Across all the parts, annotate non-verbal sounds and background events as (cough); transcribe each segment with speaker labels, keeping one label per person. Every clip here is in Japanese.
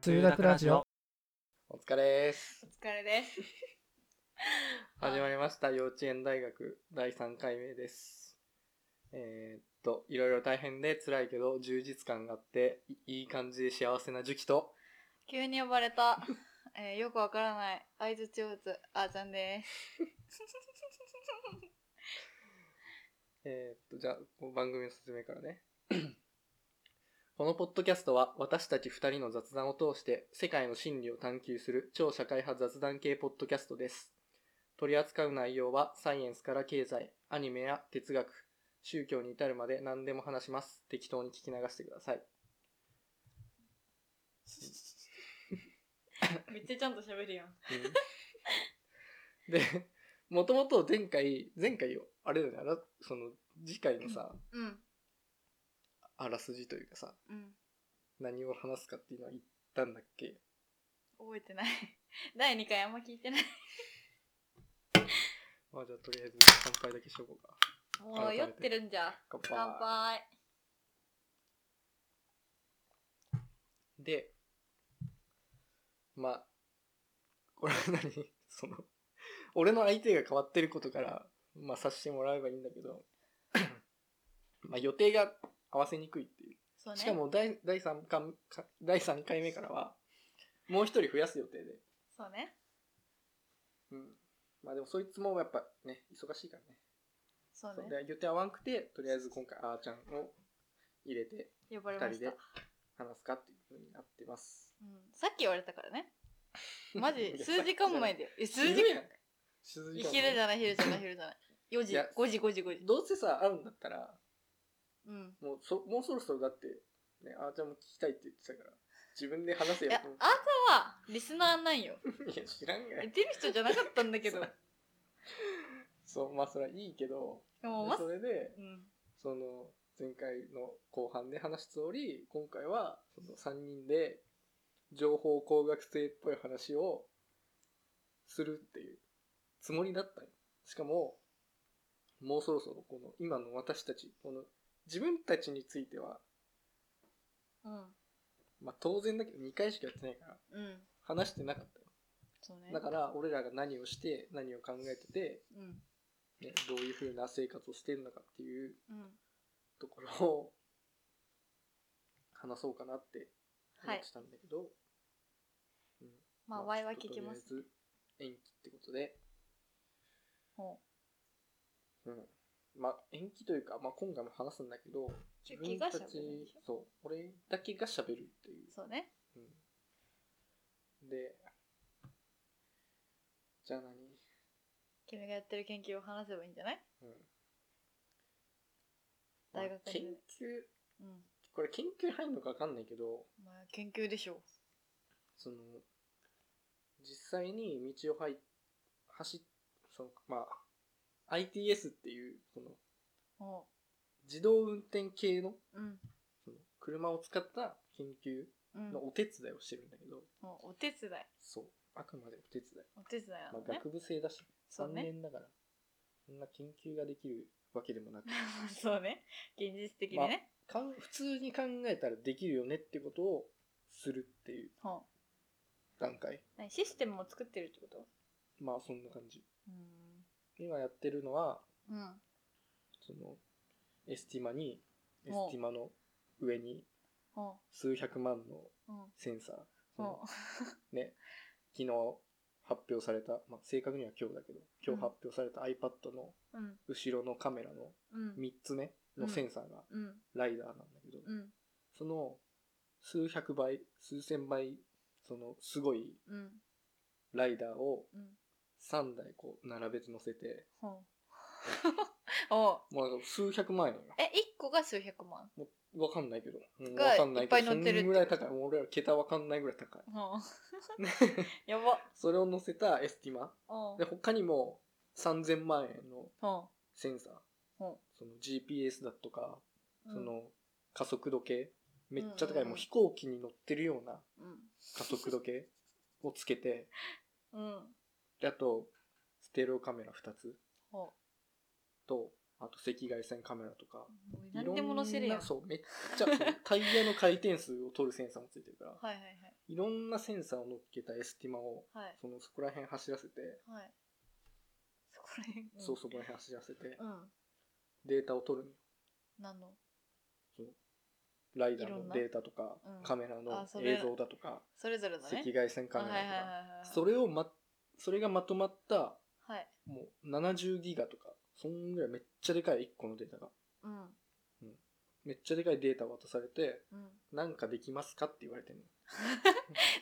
Speaker 1: つゆだくラジオ。
Speaker 2: お疲れです。
Speaker 3: お疲れです。
Speaker 2: 始まりました。幼稚園大学第3回目です。えーっと、いろいろ大変で辛いけど、充実感があって、いいい感じで幸せな時期と、
Speaker 3: 急に呼ばれた、 (laughs) えーよくわからない相槌を打つあーちゃ
Speaker 2: (laughs)
Speaker 3: んです。
Speaker 2: えーっと、じゃあ、こう番組の説明からね。 (clears throat) このポッドキャストは、私たち2人の雑談を通して、世界の真理を探求する超社会派雑談系ポッドキャストです。取り扱う内容は、サイエンスから経済、アニメや哲学、宗教に至るまで何でも話します。適当に聞き流してください。
Speaker 3: (laughs) めっちゃちゃんと喋るやん。
Speaker 2: うんで、もともと前回、前回よ、あれだよね、あらその、次回のさ、
Speaker 3: うん。
Speaker 2: あらすじというかさ、
Speaker 3: うん。
Speaker 2: 何を話すかっていうのは言ったんだっけ
Speaker 3: 覚えてない。 (laughs) 第2回あんま聞いてない。
Speaker 2: まあじゃあとりあえず乾杯だけしとこうか。
Speaker 3: もう酔ってるんじゃ。
Speaker 2: 乾杯。
Speaker 3: 乾杯。
Speaker 2: で、まあ、これは何 (laughs) その、俺の相手が変わってることから、まあさしてもらえばいいんだけど、
Speaker 3: (laughs)
Speaker 2: まあ予定が合わせにくいっていう。
Speaker 3: そうね。
Speaker 2: しかも第第 ,3 回か第3回目からはもう一人増やす予定で、
Speaker 3: そうね。
Speaker 2: うん、まあでもそいつもやっぱね忙しいからね
Speaker 3: そう
Speaker 2: そう
Speaker 3: ね。
Speaker 2: で予定合わんくてとりあえず今回あーちゃんを入れて
Speaker 3: 呼ばれ
Speaker 2: 2
Speaker 3: ま
Speaker 2: 人
Speaker 3: した。う
Speaker 2: で
Speaker 3: ん。
Speaker 2: 話すかっていうふうになってます
Speaker 3: さっき言われたか
Speaker 2: (laughs)
Speaker 3: らね。マ
Speaker 2: い
Speaker 3: ジ
Speaker 2: や
Speaker 3: 数時間前で。え、数時
Speaker 2: 昼やん
Speaker 3: 間
Speaker 2: 静
Speaker 3: い
Speaker 2: か
Speaker 3: や
Speaker 2: な
Speaker 3: 昼じゃない、昼じゃない、昼じゃない。4
Speaker 2: いや、
Speaker 3: 時5時、5時、5時。
Speaker 2: どうせさ会うんだったら
Speaker 3: うん。
Speaker 2: もうそもうそろそろだって、ね、あーちゃんも聞きたいって言ってたから自分で話せ
Speaker 3: い
Speaker 2: よ
Speaker 3: や、あ
Speaker 2: と思
Speaker 3: な
Speaker 2: った
Speaker 3: はリスナーなんよ。
Speaker 2: ていや知らんが
Speaker 3: え
Speaker 2: い
Speaker 3: 出る人じゃなかったんだけ
Speaker 2: (laughs)
Speaker 3: ど。
Speaker 2: そうそうまあそれはいいけど
Speaker 3: でもま
Speaker 2: それで
Speaker 3: うん。
Speaker 2: その前回の後半で話しており今回はその3人で情報工学生っぽい話をするっていうつもりだったよしかももうそろそろこの今の私たちこの自分たちについては、
Speaker 3: うん。
Speaker 2: まあ、当然だけど2回しかやってないから
Speaker 3: うん。
Speaker 2: 話してなかったよ
Speaker 3: そうね。
Speaker 2: だから俺らが何をして何を考えてて、
Speaker 3: うん。
Speaker 2: ね、どういうふうな生活をしてるのかっていう
Speaker 3: うん。
Speaker 2: ところを (laughs) 話そうかなって思ってたんだけど、うん
Speaker 3: まあ、ワイは聞きま
Speaker 2: ち
Speaker 3: す。
Speaker 2: ょっととりあえず延期ってことで、
Speaker 3: ほ
Speaker 2: うんまあ、延期というか、まあ、今回も話すんだけど自分たち
Speaker 3: 自分たち
Speaker 2: そう俺だけが喋るっていう
Speaker 3: う。そうね。
Speaker 2: う、ん、でじゃあ何、
Speaker 3: 君がやってる研究を話せばいいんじゃない
Speaker 2: うん
Speaker 3: 大
Speaker 2: まあ
Speaker 3: 学で
Speaker 2: 研究
Speaker 3: うん。
Speaker 2: これ研究入るのか分かんないけど
Speaker 3: まあ、研究でしょ
Speaker 2: その実際に道をはい走っそのまあ ITS っていうこの
Speaker 3: う。ほ
Speaker 2: 自動運転系の
Speaker 3: う。うん。
Speaker 2: その車を使った研究
Speaker 3: うん。
Speaker 2: のお手伝いをしてるんだけど、
Speaker 3: もうお手伝い。
Speaker 2: そうあくまでお手伝い、
Speaker 3: お手伝いな
Speaker 2: ま
Speaker 3: の
Speaker 2: あ、
Speaker 3: ね。
Speaker 2: 学部生だし
Speaker 3: そ
Speaker 2: 3
Speaker 3: うね。
Speaker 2: 年だからそんな研究ができるわけでもなく
Speaker 3: (laughs) そうね。現実的にね。
Speaker 2: かん普通に考えたらできるよねってことをするっていう
Speaker 3: ほう。
Speaker 2: 段階
Speaker 3: 何システムを作ってるってこと
Speaker 2: まあそんな感じ
Speaker 3: う
Speaker 2: 今やってるのは
Speaker 3: ん。うん。
Speaker 2: そのエスティマにエ
Speaker 3: お
Speaker 2: スティマの上に
Speaker 3: ほ
Speaker 2: 数百万の
Speaker 3: う。うん。
Speaker 2: センサーその
Speaker 3: ほう。
Speaker 2: ね昨日発表された、まあ、正確には今日だけど今日発表された iPad の
Speaker 3: うん。
Speaker 2: 後ろのカメラの
Speaker 3: うん。
Speaker 2: 3つ目のセンサーが
Speaker 3: うん。
Speaker 2: ライダーなんだけど、
Speaker 3: うん。
Speaker 2: その数百倍数千倍そのすごい
Speaker 3: うん。
Speaker 2: ライダーを
Speaker 3: うん。
Speaker 2: 3台こう並べて乗せて
Speaker 3: ほう。 (laughs) おう。
Speaker 2: もうなんか数百万円よ
Speaker 3: え、1個が数百万。
Speaker 2: もうわかんないけど。うん
Speaker 3: が
Speaker 2: わかんないけど。
Speaker 3: いっぱい乗ってるって
Speaker 2: そんぐらい高い。もう俺ら桁わかんないぐらい高い。
Speaker 3: ほう。 (laughs) やば。
Speaker 2: それを乗せたエスティマ。
Speaker 3: おう
Speaker 2: で、。他にも3000万円の
Speaker 3: ほ
Speaker 2: センサー。
Speaker 3: う。ほ
Speaker 2: その GPS だとか、
Speaker 3: う。
Speaker 2: その加速度計。めっちゃ高
Speaker 3: うんうん
Speaker 2: い。
Speaker 3: うん
Speaker 2: もう飛行機に乗ってるような
Speaker 3: うん。
Speaker 2: 加速度計をつけて。
Speaker 3: うん。
Speaker 2: で、あと、ステレオカメラ2つ
Speaker 3: ほ
Speaker 2: と、あと赤外線カメラとか。
Speaker 3: う。何でも載せるや
Speaker 2: (laughs) いろん
Speaker 3: ん。
Speaker 2: なそう、めっちゃ、そうタイヤの回転数を取るセンサーもついてるから。
Speaker 3: はいはいはい。
Speaker 2: いいろんなセンサーを乗っけたエスティマを
Speaker 3: はい
Speaker 2: そのそこら辺走らせて、
Speaker 3: はいそこらへん
Speaker 2: そうそこら辺走らせて
Speaker 3: うん
Speaker 2: データを取るのよ
Speaker 3: 何の
Speaker 2: ライダー
Speaker 3: いろん
Speaker 2: の
Speaker 3: な
Speaker 2: データとか、
Speaker 3: うん
Speaker 2: カメラの
Speaker 3: あそれ
Speaker 2: 映像だとか、
Speaker 3: それぞれのね
Speaker 2: 赤外線カメラと
Speaker 3: あ
Speaker 2: か、
Speaker 3: はいはいはいはい
Speaker 2: それをまそれがまとまった
Speaker 3: はい
Speaker 2: もう70ギガとかそんぐらいめっちゃでかい1個のデータが
Speaker 3: うん
Speaker 2: めっちゃでかいデータ渡されて
Speaker 3: うん
Speaker 2: なんかできますかって言われてる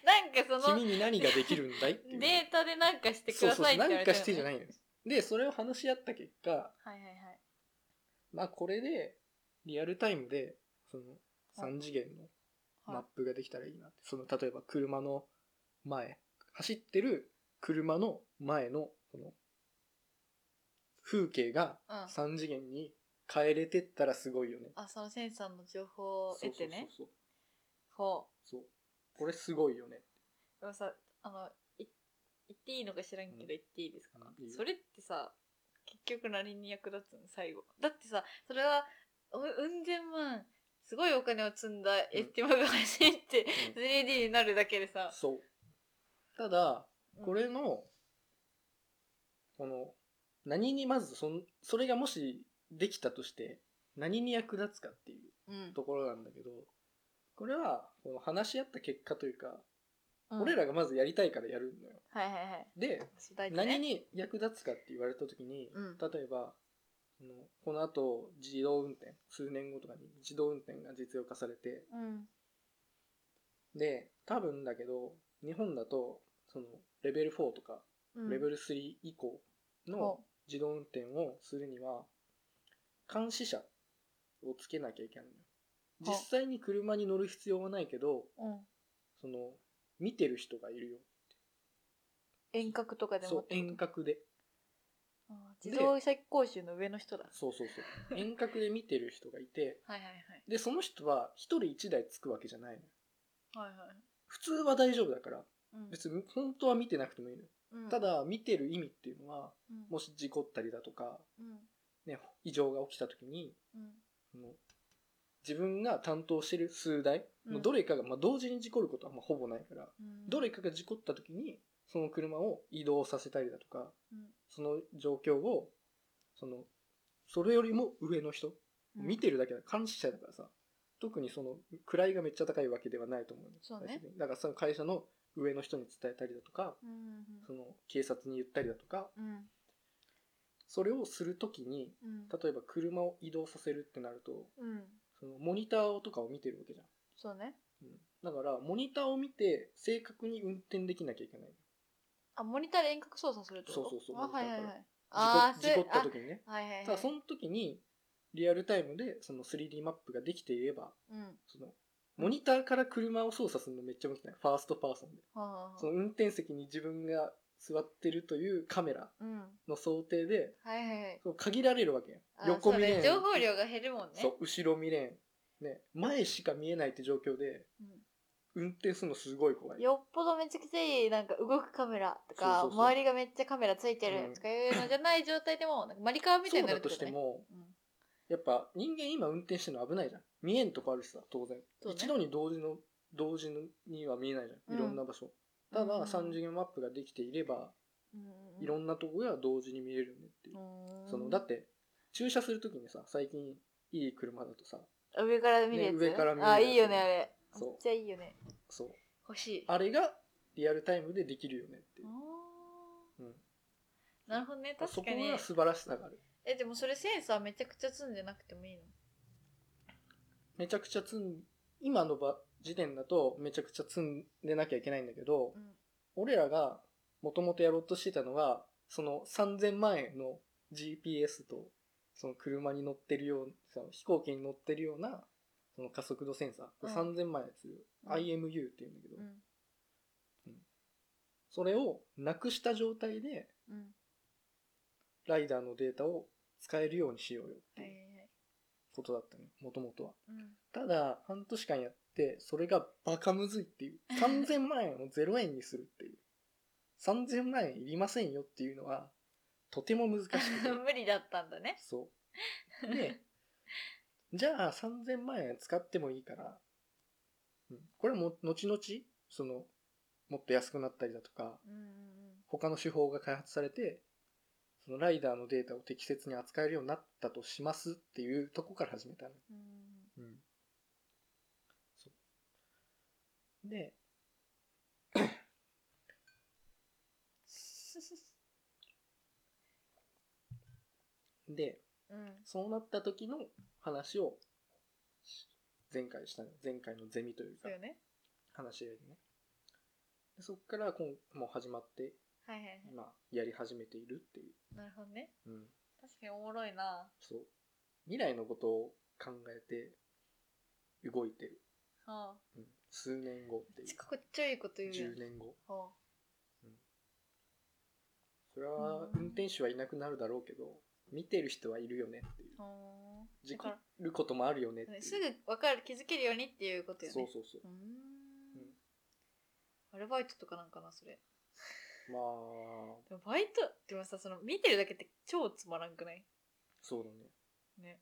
Speaker 3: なんかそ
Speaker 2: の
Speaker 3: の
Speaker 2: 君に何ができるんだいって
Speaker 3: デ
Speaker 2: いう
Speaker 3: ータ (laughs) でなんかしてくださいって言わ
Speaker 2: そうそう
Speaker 3: れ
Speaker 2: 何
Speaker 3: て
Speaker 2: かしてじゃないいんですでそれを話し合った結果
Speaker 3: はいはいはい
Speaker 2: まあこれでリアルタイムでその3次元のマッ
Speaker 3: はい
Speaker 2: プができたらいいなってその例えば車の前走ってる車の前のこの風景が
Speaker 3: うん
Speaker 2: 3次元に変えれてったらすごいよね。
Speaker 3: あそのセンサーの情報を得てね
Speaker 2: そう
Speaker 3: ほ
Speaker 2: そうそうそうこれすごいよね。
Speaker 3: うでもさあのい言っていいのか知らんけど
Speaker 2: うん
Speaker 3: 言っていいですか、
Speaker 2: うんいいよ
Speaker 3: それってさ結局何に役立つの最後だってさそれはううん千万すごいお金を積んだエスティマが走って、
Speaker 2: うん
Speaker 3: 3D になるだけでさ、
Speaker 2: そう。ただ
Speaker 3: うん
Speaker 2: これの、この何にまずそんそれがもしできたとして何に役立つかっていう
Speaker 3: うん、
Speaker 2: ところなんだけどこれはこの話し合った結果というか、
Speaker 3: うん
Speaker 2: 俺らがまずやりたいからやるのよ。
Speaker 3: はいはいはい
Speaker 2: で
Speaker 3: そう大事ね
Speaker 2: 何に役立つかって言われた時に、
Speaker 3: うん
Speaker 2: 例えばそのこのあと自動運転数年後とかに自動運転が実用化されて
Speaker 3: うん
Speaker 2: で多分だけど日本だとそのレベル4とか
Speaker 3: うん
Speaker 2: レベル3以降の
Speaker 3: ほ
Speaker 2: 自動運転をするには監視者をつけなきゃいけないのよ
Speaker 3: ほう
Speaker 2: 実際に車に乗る必要はないけど
Speaker 3: ううん
Speaker 2: その見てる人がいるよ
Speaker 3: 遠隔とかでも
Speaker 2: そう遠隔で
Speaker 3: ああ自動車講習の上の人だ
Speaker 2: そうそうそう遠隔で見てる人がいて
Speaker 3: はいはいはい
Speaker 2: でその人は一人一台つくわけじゃないのよ
Speaker 3: はいはい
Speaker 2: 普通は大丈夫だから
Speaker 3: うん
Speaker 2: 別に本当は見てなくてもいいのよ
Speaker 3: うん
Speaker 2: ただ見てる意味っていうのは
Speaker 3: うん
Speaker 2: もし事故ったりだとか、
Speaker 3: うん
Speaker 2: ね、異常が起きた時に
Speaker 3: うん
Speaker 2: その自分が担当してる数台のどれかが、まあ、同時に事故ることはまあほぼないから、
Speaker 3: うん
Speaker 2: どれかが事故った時にその車を移動させたりだとか
Speaker 3: うん
Speaker 2: その状況をそのそれよりも上の人
Speaker 3: うん
Speaker 2: 見てるだけだ監視者だからさ特にその位がめっちゃ高いわけではないと思うの
Speaker 3: そうね
Speaker 2: 最終的にだからその会社の上の人に伝えたりだとか
Speaker 3: うん
Speaker 2: その警察に言ったりだとか
Speaker 3: うん
Speaker 2: それをする時に
Speaker 3: うん
Speaker 2: 例えば車を移動させるってなると
Speaker 3: うん
Speaker 2: そのモニターとかを見てるわけじゃん、
Speaker 3: そうね
Speaker 2: うんだからモニターを見て正確に運転できなきゃいけない
Speaker 3: あモニターで遠隔操作するってこと
Speaker 2: そうそうそう
Speaker 3: あ
Speaker 2: モ
Speaker 3: は
Speaker 2: ニ
Speaker 3: い
Speaker 2: タ
Speaker 3: は
Speaker 2: ー
Speaker 3: い
Speaker 2: から
Speaker 3: はいあ
Speaker 2: 事
Speaker 3: ー
Speaker 2: 故事故った
Speaker 3: それ
Speaker 2: 時にね
Speaker 3: あはいはいはい
Speaker 2: ただその時にリアルタイムでその 3D マップができていれば
Speaker 3: うん
Speaker 2: そのモニターから車を操作するのめっちゃ難しいファーストパーソンで
Speaker 3: はあはあはあ
Speaker 2: その運転席に自分が座ってるというカメラ
Speaker 3: うん
Speaker 2: の想定で
Speaker 3: はいはいはい
Speaker 2: その限られるわけやん
Speaker 3: あ
Speaker 2: 横見
Speaker 3: そう
Speaker 2: れ
Speaker 3: ね
Speaker 2: ん
Speaker 3: 情報量が減るもんね
Speaker 2: そう後ろ見れん、ね、前しか見えないって状況で
Speaker 3: うん
Speaker 2: 運転するのすごい怖い
Speaker 3: よっぽどめちゃくちゃいいなんか動くカメラとか
Speaker 2: そうそうそう
Speaker 3: 周りがめっちゃカメラついてるとかいうのじゃない状態でもなんかマリカーみた
Speaker 2: そ
Speaker 3: いうにな
Speaker 2: だ
Speaker 3: る
Speaker 2: と
Speaker 3: こ
Speaker 2: して
Speaker 3: ね
Speaker 2: も
Speaker 3: うん
Speaker 2: やっぱ人間今運転してるの危ないじゃん見えんとこあるしさ当然、
Speaker 3: そうね
Speaker 2: 一度に同時の同時には見えないじゃんいろんな場所、ただ3次元マップができていれば、いろ
Speaker 3: なん
Speaker 2: なとこが同時に見れるねっていう、そのだってて駐車するときにさ最近いい車だとさ
Speaker 3: 上から見るやつ、
Speaker 2: ね上から見るや
Speaker 3: あ
Speaker 2: つ
Speaker 3: いいよねあれ
Speaker 2: そう
Speaker 3: めっちゃいいよね
Speaker 2: そう
Speaker 3: 欲しい
Speaker 2: あれがリアルタイムでできるよねっていう
Speaker 3: あ、
Speaker 2: うん、
Speaker 3: ーなるほどね
Speaker 2: そ
Speaker 3: 確
Speaker 2: こ
Speaker 3: かに
Speaker 2: が素晴らしさがある
Speaker 3: えでもそれセンサーめちゃくちゃ積んでなくてもいいの
Speaker 2: めちゃくちゃ積ん今の場時点だとめちゃくちゃ積んでなきゃいけないんだけど、
Speaker 3: うん
Speaker 2: 俺らがもともとやろうとしてたのがその3000万円の GPS とその車に乗ってるようその飛行機に乗ってるようなその加速度センサー、
Speaker 3: うん
Speaker 2: 3000万円する、
Speaker 3: うん
Speaker 2: IMU っていうんだけど、
Speaker 3: うん
Speaker 2: それをなくした状態で
Speaker 3: うん
Speaker 2: ライダーのデータを使えるようにしようよって
Speaker 3: はい
Speaker 2: い
Speaker 3: は
Speaker 2: う
Speaker 3: いはい
Speaker 2: ことだったねもともとは
Speaker 3: うん
Speaker 2: ただ半年間やってそれがバカむずいっていう3000万円を0円にするっていう3000万円いりませんよっていうのはとても難しくて
Speaker 3: 無理だったん (laughs) だね
Speaker 2: そう。で、じゃあ3000万円使ってもいいから、うんこれも後々、そのもっと安くなったりだとか
Speaker 3: うんうん
Speaker 2: 他の手法が開発されてそのライダーのデータを適切に扱えるようになったとしますっていうとこから始めたの、
Speaker 3: うん
Speaker 2: うん、そうでで
Speaker 3: うんうん
Speaker 2: そうなった時の話を前回したの前回のゼミという
Speaker 3: そ
Speaker 2: か
Speaker 3: うよね
Speaker 2: 話し合いでねでそっから今もう始まって
Speaker 3: はいはいはい
Speaker 2: 今やり始めているっていう、
Speaker 3: なるほどね
Speaker 2: うん、
Speaker 3: 確かにおもろいな
Speaker 2: そう未来のことを考えて動いてる、
Speaker 3: はあ
Speaker 2: うん、数年後ってい
Speaker 3: ちかこっちゃいいこと言うやん
Speaker 2: う10年後
Speaker 3: はあ
Speaker 2: それは運転手はいなくなるだろうけど見てる人はいるよねっていう
Speaker 3: はあ
Speaker 2: 事
Speaker 3: だ
Speaker 2: 故
Speaker 3: か
Speaker 2: ることもあるよねってい
Speaker 3: ら
Speaker 2: う
Speaker 3: すぐ分かる気づけるようにっていうことよね
Speaker 2: そうそうそう
Speaker 3: うーん
Speaker 2: うん
Speaker 3: アルバイトとかなんかなそれ
Speaker 2: まあ
Speaker 3: でもバイトでもさその見てるだけって超つまらんくない
Speaker 2: そうだね
Speaker 3: ね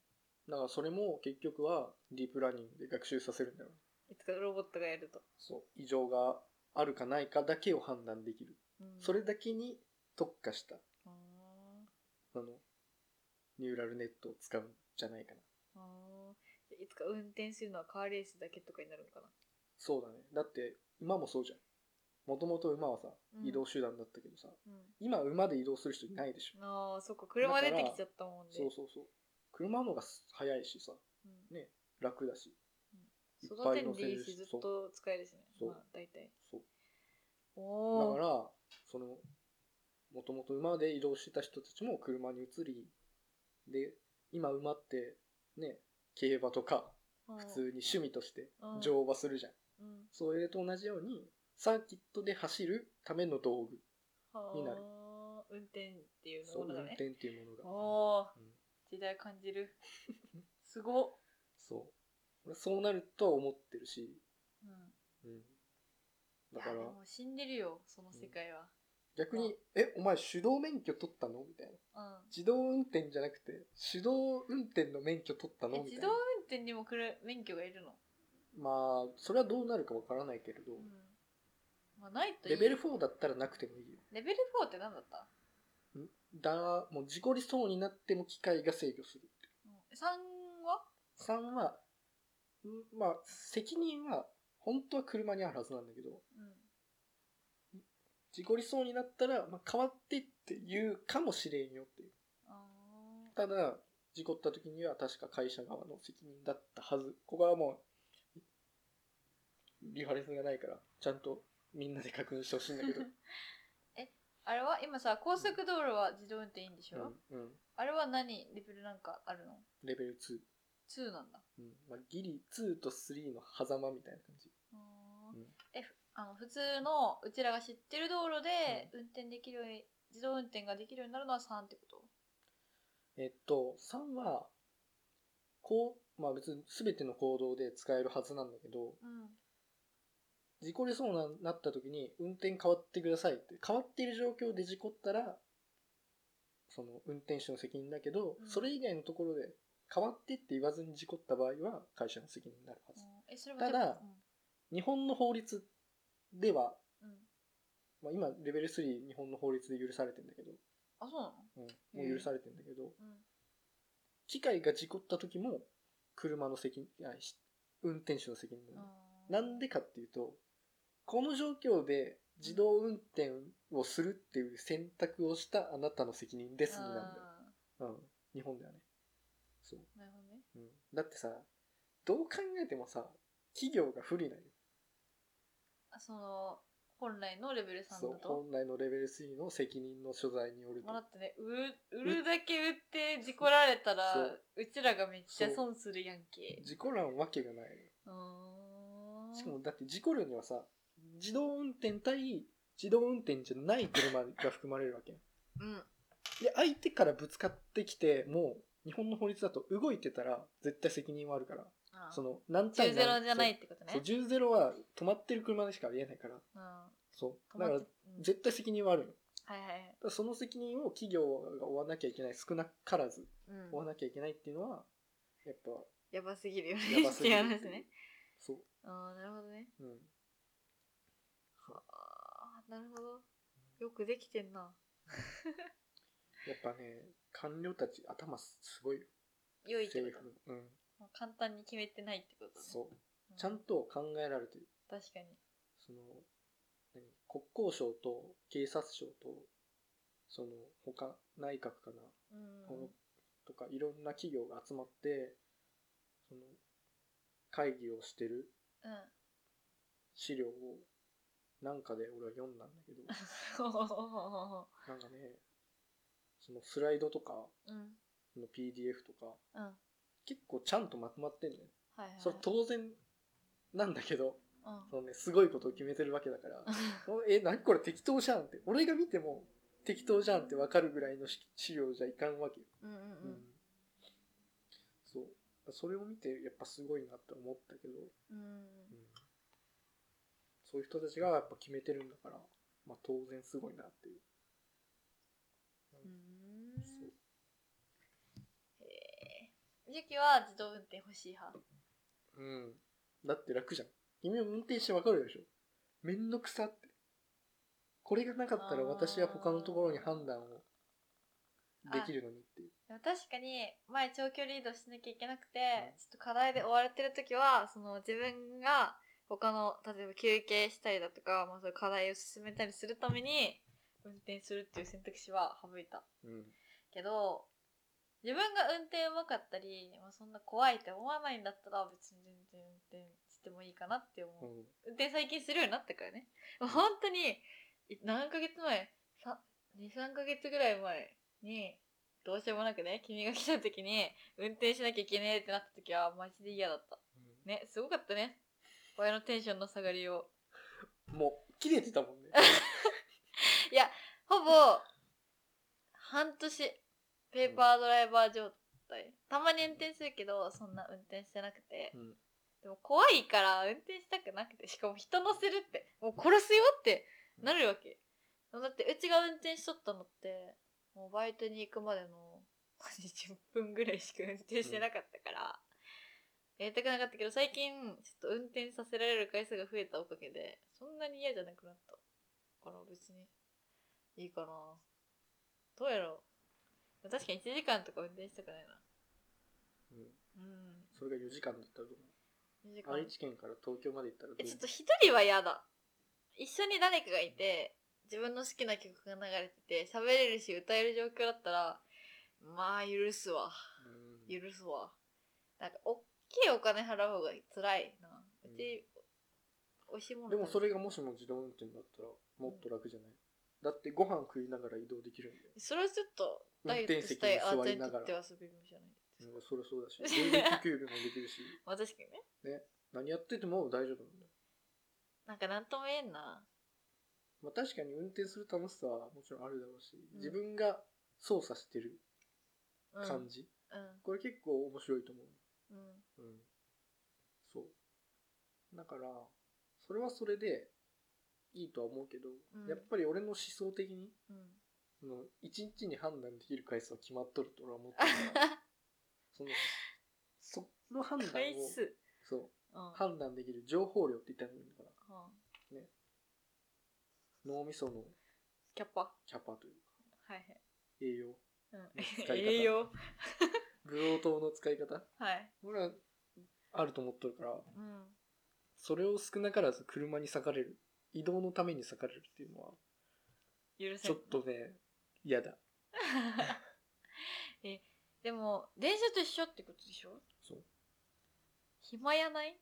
Speaker 2: だからそれも結局はディープラーニングで学習させるんだよ
Speaker 3: いつかロボットがやると、
Speaker 2: そう異常があるかないかだけを判断できる、
Speaker 3: うん
Speaker 2: それだけに特化した
Speaker 3: あー
Speaker 2: あのニューラルネットを使うんじゃないかな
Speaker 3: あーいつか運転するのはカーレースだけとかになるのかな
Speaker 2: そうだねだって馬もそうじゃんもともと馬はさ
Speaker 3: うん
Speaker 2: 移動手段だったけどさ、
Speaker 3: うん
Speaker 2: 今馬で移動する人いないでしょ、
Speaker 3: ああそっか車出てきちゃったもんで、
Speaker 2: そうそうそう車の方が速いしさ
Speaker 3: うん
Speaker 2: ね楽だしいっ
Speaker 3: 育
Speaker 2: ぱ
Speaker 3: て
Speaker 2: い
Speaker 3: に
Speaker 2: 乗せ
Speaker 3: でい
Speaker 2: れ
Speaker 3: い
Speaker 2: る
Speaker 3: し
Speaker 2: し
Speaker 3: ずっと使えるしね
Speaker 2: そう
Speaker 3: まあ大体
Speaker 2: そう
Speaker 3: お
Speaker 2: だ
Speaker 3: お
Speaker 2: からそのもともと馬で移動してた人たちも車に移りで今馬ってね競馬とか普通に趣味として
Speaker 3: うん
Speaker 2: 乗馬するじゃん、
Speaker 3: うん
Speaker 2: それと同じようにサーキットで走るための道具
Speaker 3: はあ
Speaker 2: になる
Speaker 3: 運転っていう
Speaker 2: そう
Speaker 3: もの
Speaker 2: 運
Speaker 3: がね
Speaker 2: 転っていうものが、
Speaker 3: おお
Speaker 2: うん
Speaker 3: 時代感
Speaker 2: (laughs)
Speaker 3: じるすごっ、
Speaker 2: そう俺はそうなるとは思ってるし、
Speaker 3: うん、
Speaker 2: うん、だから
Speaker 3: いやでも死んでるよその世界は
Speaker 2: 逆に「えお前手動免許取ったの?」みたいな
Speaker 3: う
Speaker 2: 自動運転じゃなくて手動運転の免許取った
Speaker 3: ん、え
Speaker 2: のみたい
Speaker 3: 自
Speaker 2: な
Speaker 3: 動運転にも来る免許がいるの、
Speaker 2: まあそれはどうなるかわからないけれど、
Speaker 3: うんまあ、ないといい
Speaker 2: レベル4だったらなくてもいいよ
Speaker 3: レベル4って何だった
Speaker 2: だもう事故りそうになっても機械が制御する
Speaker 3: 3は
Speaker 2: 3はんまあ責任は本当は車にあるはずなんだけど
Speaker 3: うん
Speaker 2: 事故りそうになったら、まあ、変わってって言うかもしれんよっていう
Speaker 3: あ
Speaker 2: ただ事故った時には確か会社側の責任だったはずここはもうリファレンスがないからちゃんとみんなで確認してほしいんだ
Speaker 3: (laughs)
Speaker 2: けど、
Speaker 3: ーあれは今さ高速道路は自動運転いいんでしょ、
Speaker 2: うんうん、
Speaker 3: あれは何レベルなんかあるの
Speaker 2: レベル2
Speaker 3: 2なんだ
Speaker 2: うんまあ、ギリ2と3の狭間みたいな感じ
Speaker 3: あー
Speaker 2: うん
Speaker 3: えふあの普通のうちらが知ってる道路で運転できるように、自動運転ができるようになるのは3ってこと
Speaker 2: えっと3はこう、まあ、別に全ての行動で使えるはずなんだけど
Speaker 3: うん
Speaker 2: 事故りそうななった時に運転変わってくださいって変わっている状況で事故ったらその運転手の責任だけど、
Speaker 3: うん
Speaker 2: それ以外のところで変わってって言わずに事故った場合は会社の責任になるはず、
Speaker 3: えそれも
Speaker 2: ただ日本の法律では、
Speaker 3: うんうん、
Speaker 2: まあ、今レベル3日本の法律で許されてんだけど、
Speaker 3: あそうなの
Speaker 2: うん、もう許されてんだけど、
Speaker 3: うん
Speaker 2: 機械が事故った時も車の責任あし運転手の責任なの
Speaker 3: あー
Speaker 2: なんでかっていうとこの状況で自動運転をするっていう選択をしたあなたの責任ですになんだよ、
Speaker 3: あ
Speaker 2: うん、日本ではねそう、
Speaker 3: ーなるほどね
Speaker 2: うん、だってさどう考えてもさ企業が不利なよ
Speaker 3: あその本来のレベル
Speaker 2: そ
Speaker 3: 3だ
Speaker 2: う
Speaker 3: と
Speaker 2: 本来のレベル3の責任の所在によると
Speaker 3: もらってねう売るだけ売って事故られたら
Speaker 2: そうう
Speaker 3: ちらがめっちゃ
Speaker 2: そう
Speaker 3: 損するやんけ
Speaker 2: 事故らんわけがないのよ
Speaker 3: うーん
Speaker 2: しかもだって事故るにはさ自動運転対自動運転じゃない車が含まれるわけ
Speaker 3: うん
Speaker 2: で相手からぶつかってきてもう日本の法律だと動いてたら絶対責任はあるから
Speaker 3: あ
Speaker 2: その何
Speaker 3: 10ゼロ
Speaker 2: 何
Speaker 3: じゃないってことね
Speaker 2: そうそう10ゼロは止まってる車でしかありえないから
Speaker 3: うん
Speaker 2: そう
Speaker 3: 止
Speaker 2: だ
Speaker 3: ま
Speaker 2: か
Speaker 3: っ
Speaker 2: ら
Speaker 3: てうん
Speaker 2: 絶対責任はあるよだ
Speaker 3: はいはいはい
Speaker 2: からその責任を企業が負わなきゃいけない少なからず
Speaker 3: うん
Speaker 2: 負わなきゃいけないっていうのはやっぱ
Speaker 3: (laughs) やばすぎるよね
Speaker 2: やば
Speaker 3: っ
Speaker 2: す
Speaker 3: て
Speaker 2: ぎ
Speaker 3: いう
Speaker 2: る
Speaker 3: 話
Speaker 2: っていう
Speaker 3: ね
Speaker 2: そ
Speaker 3: ああなるほどね
Speaker 2: ううん
Speaker 3: なるほどよくできてんな
Speaker 2: やっぱね官僚たち頭すごいよ
Speaker 3: 良いってこと
Speaker 2: 政府のうん
Speaker 3: まあ簡単に決めてないってことね
Speaker 2: そう
Speaker 3: う
Speaker 2: ちゃんと考えられてる
Speaker 3: 確かに
Speaker 2: その何国交省と警察庁とその他内閣かな
Speaker 3: うん
Speaker 2: このとかいろんな企業が集まってその会議をしてる
Speaker 3: う
Speaker 2: 資料をなんかで俺は読んだんだ
Speaker 3: (laughs)
Speaker 2: けど
Speaker 3: ん
Speaker 2: なんかねそのスライドとか
Speaker 3: うん
Speaker 2: その PDF とか
Speaker 3: うんはい
Speaker 2: 結構ちゃんとまとまってんのよ
Speaker 3: はい
Speaker 2: それ当然なんだけど
Speaker 3: うん
Speaker 2: その、ね、すごいことを決めてるわけだからおえ何これ適当じゃんって俺が見ても適当じゃんって分かるぐらいのし資料じゃいかんわけよ
Speaker 3: うんうんうん
Speaker 2: そうそれを見てやっぱすごいなって思ったけど、
Speaker 3: うん
Speaker 2: うんそういう人たちがやっぱ決めてるんだから、まあ、当然すごいなっていう
Speaker 3: うん
Speaker 2: そう
Speaker 3: 時期は自動運転欲しい派
Speaker 2: うんだって楽じゃん君も運転して分かるでしょめんどくさってこれがなかったら私は他のところに判断をできるのにっていう
Speaker 3: でも確かに前長距離移動しなきゃいけなくて、
Speaker 2: うん
Speaker 3: ちょっと課題で追われてる時はその自分が他の例えば休憩したりだとか、まあ、そういう課題を進めたりするために運転するっていう選択肢は省いた
Speaker 2: うん
Speaker 3: けど自分が運転うまかったり、まあ、そんな怖いって思わないんだったら別に全然運転してもいいかなって思う、
Speaker 2: うん
Speaker 3: 運転最近するようになったからね、もう本当にい何ヶ月前23ヶ月ぐらい前にどうしようもなくね君が来た時に運転しなきゃいけねえってなった時はマジで嫌だったねすごかったね親のテンションの下がりを
Speaker 2: もう切れてたも
Speaker 3: (laughs)
Speaker 2: んね
Speaker 3: ほぼ半年ペーパードライバー状態たまに運転するけどそんな運転してなくて
Speaker 2: うん
Speaker 3: でも怖いから運転したくなくてしかも人乗せるってもう殺すよってなるわけ、だってうちが運転しとったのってもうバイトに行くまでの10分ぐらいしか運転してなかったから、やりたくなかったけど最近ちょっと運転させられる回数が増えたおかげでそんなに嫌じゃなくなったから別にいいかなどうやろう確かに1時間とか運転したくないな
Speaker 2: うん
Speaker 3: う
Speaker 2: それが4時間だったらどう思うん
Speaker 3: 2時間
Speaker 2: 愛知県から東京まで行ったらどう
Speaker 3: えちょっと一人は嫌だ一緒に誰かがいて自分の好きな曲が流れてて喋れるし歌える状況だったらまあ許すわ
Speaker 2: うん
Speaker 3: 許すわなんかおっきいお金払う方が辛いなうち、美味しいもの
Speaker 2: でもそ
Speaker 3: 食べ
Speaker 2: れがもしも自動運転だったらもっと楽じゃない、だってご飯食いながら移動できるんだよ
Speaker 3: それはちょっとダイエットしたいあーちゃんにとっては遊びもじゃないです
Speaker 2: う
Speaker 3: か、
Speaker 2: んそりゃそうだし電力給料もできる
Speaker 3: (laughs)
Speaker 2: し
Speaker 3: まあ確かにね
Speaker 2: 何やってても大丈夫なんだよ、
Speaker 3: なんかなんとも言えんな
Speaker 2: まあ、確かに運転する楽しさはもちろんあるだろうし、
Speaker 3: うん
Speaker 2: 自分が操作してる
Speaker 3: うん
Speaker 2: 感じ、
Speaker 3: う
Speaker 2: これ結構面白いと思
Speaker 3: んうん
Speaker 2: う、うん、そうだからそれはそれでいいとは思うけど、
Speaker 3: うん
Speaker 2: やっぱり俺の思想的に
Speaker 3: うん
Speaker 2: その一日に判断できる回数は決まっとると俺は思ってる
Speaker 3: (laughs)
Speaker 2: からその (laughs) その判断を
Speaker 3: 回数
Speaker 2: そう
Speaker 3: うんうん
Speaker 2: 判断できる情報量って言ったらいいのかな脳みその
Speaker 3: キャッパは
Speaker 2: キャパというか
Speaker 3: いはい
Speaker 2: 栄養
Speaker 3: うん、栄養
Speaker 2: ブドウ糖の使い方
Speaker 3: はい、
Speaker 2: 俺はあると思っとるから
Speaker 3: うん、
Speaker 2: それを少なからず車に割かれる移動のために割かれるっていうのは
Speaker 3: 許
Speaker 2: ち
Speaker 3: せん
Speaker 2: ょっとね嫌だ
Speaker 3: えでも電車と一緒ってことでしょ
Speaker 2: そう
Speaker 3: 暇やない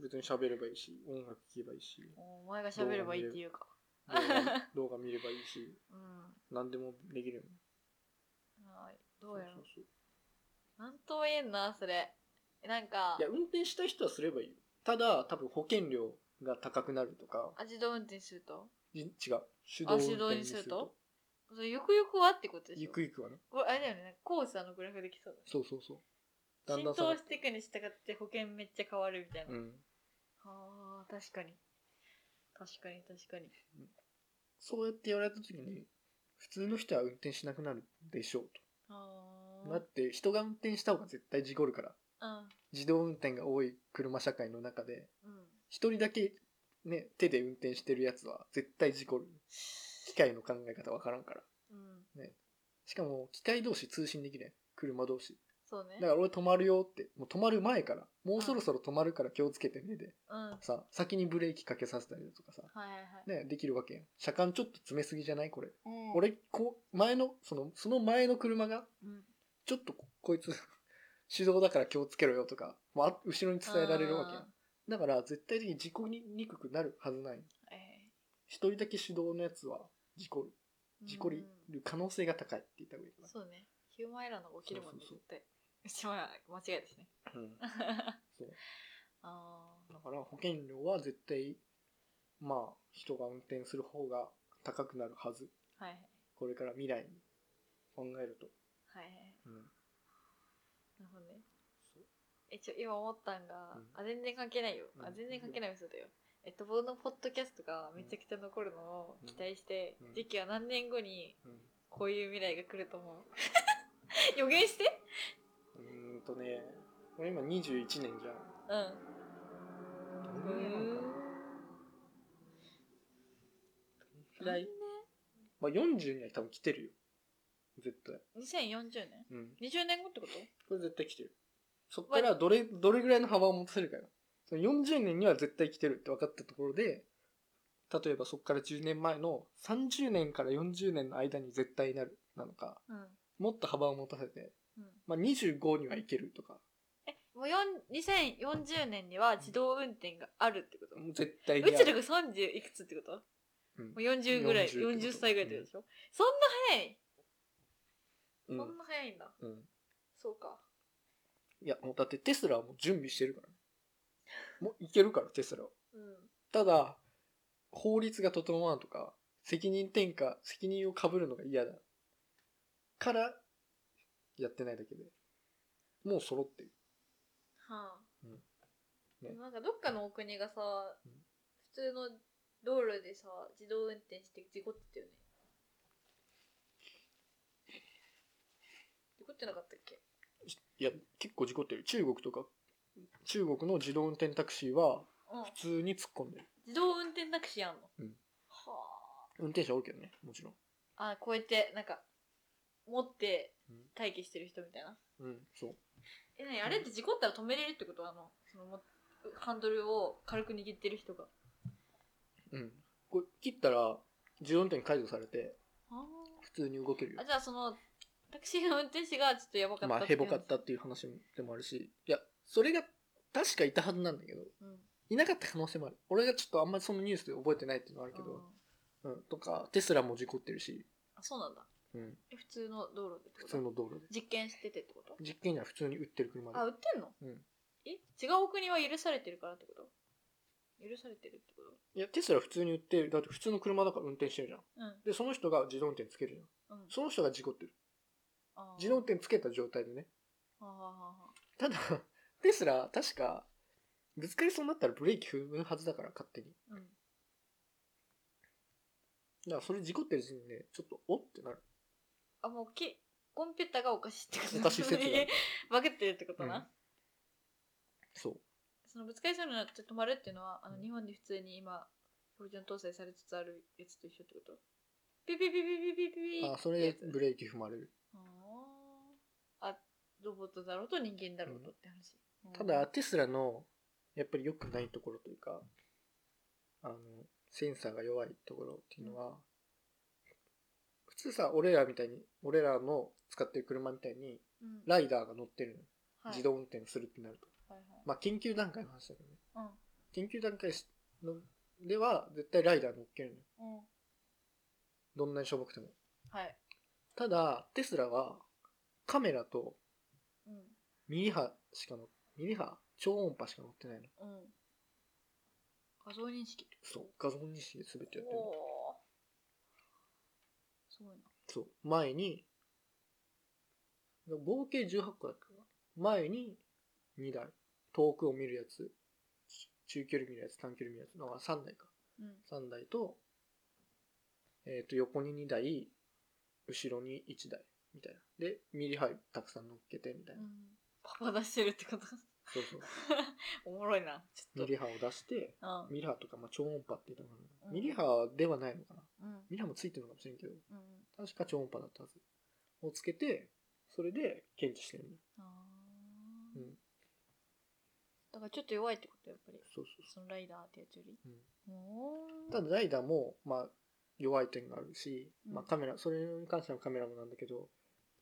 Speaker 2: 別に喋ればいいし音楽聴けばいい
Speaker 3: (laughs)
Speaker 2: し
Speaker 3: お前が喋ればいいっていうか
Speaker 2: 動画動画見ればいいし
Speaker 3: うん
Speaker 2: 何でもできるよね
Speaker 3: はいどうやろ
Speaker 2: そううそう
Speaker 3: なんとも言えんなそれなんか
Speaker 2: そういや運転したい人はすればいいよただ多分保険料が高くなるとか
Speaker 3: あ自動運転すると
Speaker 2: い違う手
Speaker 3: あ手動にするとそれゆくゆくはってことでしょ
Speaker 2: ゆくゆくはね
Speaker 3: これあれだよねなんかコースのグラフできそうだね
Speaker 2: そうそうそうだんだん下
Speaker 3: 浸
Speaker 2: が
Speaker 3: 透
Speaker 2: っ
Speaker 3: していくに従って保険めっちゃ変わるみたいな、
Speaker 2: うん
Speaker 3: あー確かに確かに確かに
Speaker 2: そうやって言われた時に普通の人は運転しなくなるでしょう
Speaker 3: あ
Speaker 2: と
Speaker 3: ー
Speaker 2: だって人が運転した方が絶対事故るから
Speaker 3: うん
Speaker 2: 自動運転が多い車社会の中で
Speaker 3: うん
Speaker 2: 一人だけね、手で運転してるやつは絶対事故る。機械の考え方わからんから。
Speaker 3: うん
Speaker 2: しかも、機械同士通信できない。車同士。
Speaker 3: そうね
Speaker 2: だから俺止まるよって、もう止まる前から、もうそろそろ止まるから気をつけてねで、
Speaker 3: うんはい
Speaker 2: さ、先にブレーキかけさせたりだとかさ、
Speaker 3: はいはい、
Speaker 2: ね、できるわけやん。車間ちょっと詰めすぎじゃないこれ。
Speaker 3: うん、
Speaker 2: 俺、こう、前の、その、その前の車が、
Speaker 3: うん
Speaker 2: ちょっとここいつ、 (laughs) 手動だから気をつけろよとか、もうあ後ろに伝えられるわけやん。だから、絶対的に事故ににくくなるはずない。
Speaker 3: うんえ
Speaker 2: 一人だけ手動のやつは、事故る、
Speaker 3: ー
Speaker 2: 事故
Speaker 3: う
Speaker 2: る
Speaker 3: ん
Speaker 2: 可能性が高いって言った方がいいかな。
Speaker 3: そうね。ヒューマンエラーの方が起きるもんね、
Speaker 2: そうそう
Speaker 3: 絶対。 (laughs) うちは間違いですね。
Speaker 2: うんそう
Speaker 3: ああ。
Speaker 2: だから保険料は絶対まあ人が運転する方が高くなるはず
Speaker 3: はい
Speaker 2: これから未来に考えると、
Speaker 3: はい。はい。
Speaker 2: うん
Speaker 3: なるほどね。
Speaker 2: そう
Speaker 3: え、ちょ、今思ったんが、
Speaker 2: うん
Speaker 3: あ、全然関係ないよ。あ
Speaker 2: う、ん
Speaker 3: 全然関係ない嘘だよ。えっと、僕のポッドキャストがめちゃくちゃ残るのを期待して、
Speaker 2: うん
Speaker 3: 時期は何年後に
Speaker 2: うん
Speaker 3: こういう未来が来る
Speaker 2: (laughs)
Speaker 3: と思う。予言して
Speaker 2: うーんとね俺今21年じゃんど
Speaker 3: うん。う
Speaker 2: んぐらいなん
Speaker 3: ー
Speaker 2: か
Speaker 3: ん
Speaker 2: な。ぐらい
Speaker 3: 何
Speaker 2: まあ40には多分来てるよ絶対
Speaker 3: 年 ?2040 年
Speaker 2: うん
Speaker 3: ?20 年後ってこと
Speaker 2: これ絶対来てるそっからどれどれぐらいの幅を持たせるかよその40年には絶対来てるって分かったところで例えばそっから10年前の30年から40年の間に絶対になるなのか
Speaker 3: うん。
Speaker 2: もっと幅を持たせて、
Speaker 3: うん。
Speaker 2: まあ、25にはいけるとか、
Speaker 3: え、もうよん2040年には自動運転があるってこと、
Speaker 2: もう絶対
Speaker 3: う
Speaker 2: にあ
Speaker 3: ちら
Speaker 2: る。
Speaker 3: が30いくつってことも
Speaker 2: うん
Speaker 3: う40ぐらい、
Speaker 2: 40
Speaker 3: 40,
Speaker 2: ってこと
Speaker 3: 歳ぐらいってことでしょ、そんな早い、
Speaker 2: うん
Speaker 3: そんな早いんだ。
Speaker 2: うん
Speaker 3: そうか。
Speaker 2: いや、もうだってテスラはもう準備してるからね。もういけるから、テスラは。
Speaker 3: うん。
Speaker 2: ただ、法律が整わんとか、責任転嫁、責任を被るのが嫌だ。から、やってないだけで。もう揃ってる。
Speaker 3: はあ。
Speaker 2: うん
Speaker 3: で
Speaker 2: ね
Speaker 3: もなんかどっかのお国がさ、
Speaker 2: うん
Speaker 3: 普通の道路でさ、自動運転して事故ってたよね。事故ってなかったっけ
Speaker 2: いや、結構事故ってる。中国とか、中国の自動運転タクシーは、
Speaker 3: うん。
Speaker 2: 普通に突っ込んでる。
Speaker 3: 自動運転タクシーやんの。
Speaker 2: うん
Speaker 3: はあ。
Speaker 2: 運転手おるけどね、もちろん。
Speaker 3: あ、こうやって、なんか、持って
Speaker 2: うん
Speaker 3: 待機してる人みたいな。
Speaker 2: うん、そう。
Speaker 3: え、なにあれって事故ったら止めれるってことあの、そのも、ハンドルを軽く握ってる人が。
Speaker 2: うん。これ切ったら、自動運転解除されて、
Speaker 3: あ
Speaker 2: 普通に動けるよ
Speaker 3: あ。。じゃあその、タクシーの運転手がちょっとやばかった
Speaker 2: まあ、
Speaker 3: てい
Speaker 2: へ
Speaker 3: うの
Speaker 2: ぼかったっていう話でもあるし、いや、それが確かいたはずなんだけど、
Speaker 3: うん。
Speaker 2: いなかった可能性もある。俺がちょっとあんまりそのニュースで覚えてないっていうのはあるけど、
Speaker 3: あ
Speaker 2: うん、とか、テスラも事故ってるし、
Speaker 3: ーあ、そうなんだ。
Speaker 2: うん、
Speaker 3: え、普通の道路でって
Speaker 2: 普
Speaker 3: こ
Speaker 2: 通
Speaker 3: と
Speaker 2: の道路で。
Speaker 3: 実験しててってこと
Speaker 2: 実験には普通に売ってる車で
Speaker 3: あ、。売ってんの
Speaker 2: うん。
Speaker 3: え違うお国は許されてるからってこと許されてるってこと
Speaker 2: いや、テスラ普通に売ってる。だって普通の車だから運転してるじゃん。
Speaker 3: うん。
Speaker 2: で、その人が自動運転つけるじゃん。
Speaker 3: うん。
Speaker 2: その人が事故ってる。
Speaker 3: あー
Speaker 2: 自動運転つけた状態でね。
Speaker 3: はあはあはあはあ
Speaker 2: ただ、 (laughs) テスラ、確か、ぶつかりそうになったらブレーキ踏むはずだから、勝手に。
Speaker 3: うん。
Speaker 2: だからそれ事故ってる時点で、ちょっと、おってなる。
Speaker 3: あ、もうき、コンピューターがおかしいってこと
Speaker 2: おかしい説がある
Speaker 3: (laughs) バグってるってことな。
Speaker 2: うんそう。
Speaker 3: そのぶつかりそうになって止まるっていうのは、あの日本で普通に今、標準搭載されつつあるやつと一緒ってことピピピピピピピピ
Speaker 2: あ、それ
Speaker 3: や
Speaker 2: で
Speaker 3: つ
Speaker 2: ブレーキ踏まれる。
Speaker 3: あーあ、ロボットだろうと人間だろうとって話。うん
Speaker 2: ただ、、テスラの、やっぱり良くないところというか、あの、センサーが弱いところっていうのは、普通さ、俺らみたいに、俺らの使ってる車みたいに、
Speaker 3: うん
Speaker 2: ライダーが乗ってるのよ。
Speaker 3: はい
Speaker 2: 自動運転するってなると。
Speaker 3: はい
Speaker 2: まあ、研究段階の話だけどね。
Speaker 3: はい
Speaker 2: 研究段階しのでは、絶対ライダー乗っけるのよ。
Speaker 3: うん。うん。
Speaker 2: どんなにしょぼくても。
Speaker 3: はい。
Speaker 2: ただ、テスラは、カメラと
Speaker 3: うん。
Speaker 2: ミリ波しかの、ミリ波超音波しか乗ってないの。
Speaker 3: うん。画像認識。
Speaker 2: そう。画像認識で全てやってる。
Speaker 3: おーすごいな。
Speaker 2: そう。前に、合計18個だったかな。前に2台。遠くを見るやつ、ち中距離見るやつ、短距離見るやつ。の3台か。
Speaker 3: うん。
Speaker 2: 3台と、えっ、と、横に2台、後ろに1台。みたいな。で、ミリ波たくさん乗っけて、みたいうな。
Speaker 3: ん。パパ出してるってこと (laughs)
Speaker 2: そうそう
Speaker 3: おもろいなちょ
Speaker 2: ミ
Speaker 3: っと
Speaker 2: リ波を出して
Speaker 3: う
Speaker 2: ミリ波とか、まあ、超音波って言ったのかな、
Speaker 3: うん
Speaker 2: ミリ波ではないのかなんミリ波もついてるのかもしれんけど
Speaker 3: うんうん
Speaker 2: 確か超音波だったはずをつけてそれで検知してるんだ
Speaker 3: あ
Speaker 2: う
Speaker 3: ー
Speaker 2: ん
Speaker 3: だからちょっと弱いってことやっぱり
Speaker 2: そうそう
Speaker 3: そのライダーってやつより
Speaker 2: そう、うん
Speaker 3: おー
Speaker 2: ただライダーも、まあ、弱い点があるし、
Speaker 3: うん
Speaker 2: まあ、カメラそれに関してのカメラもなんだけど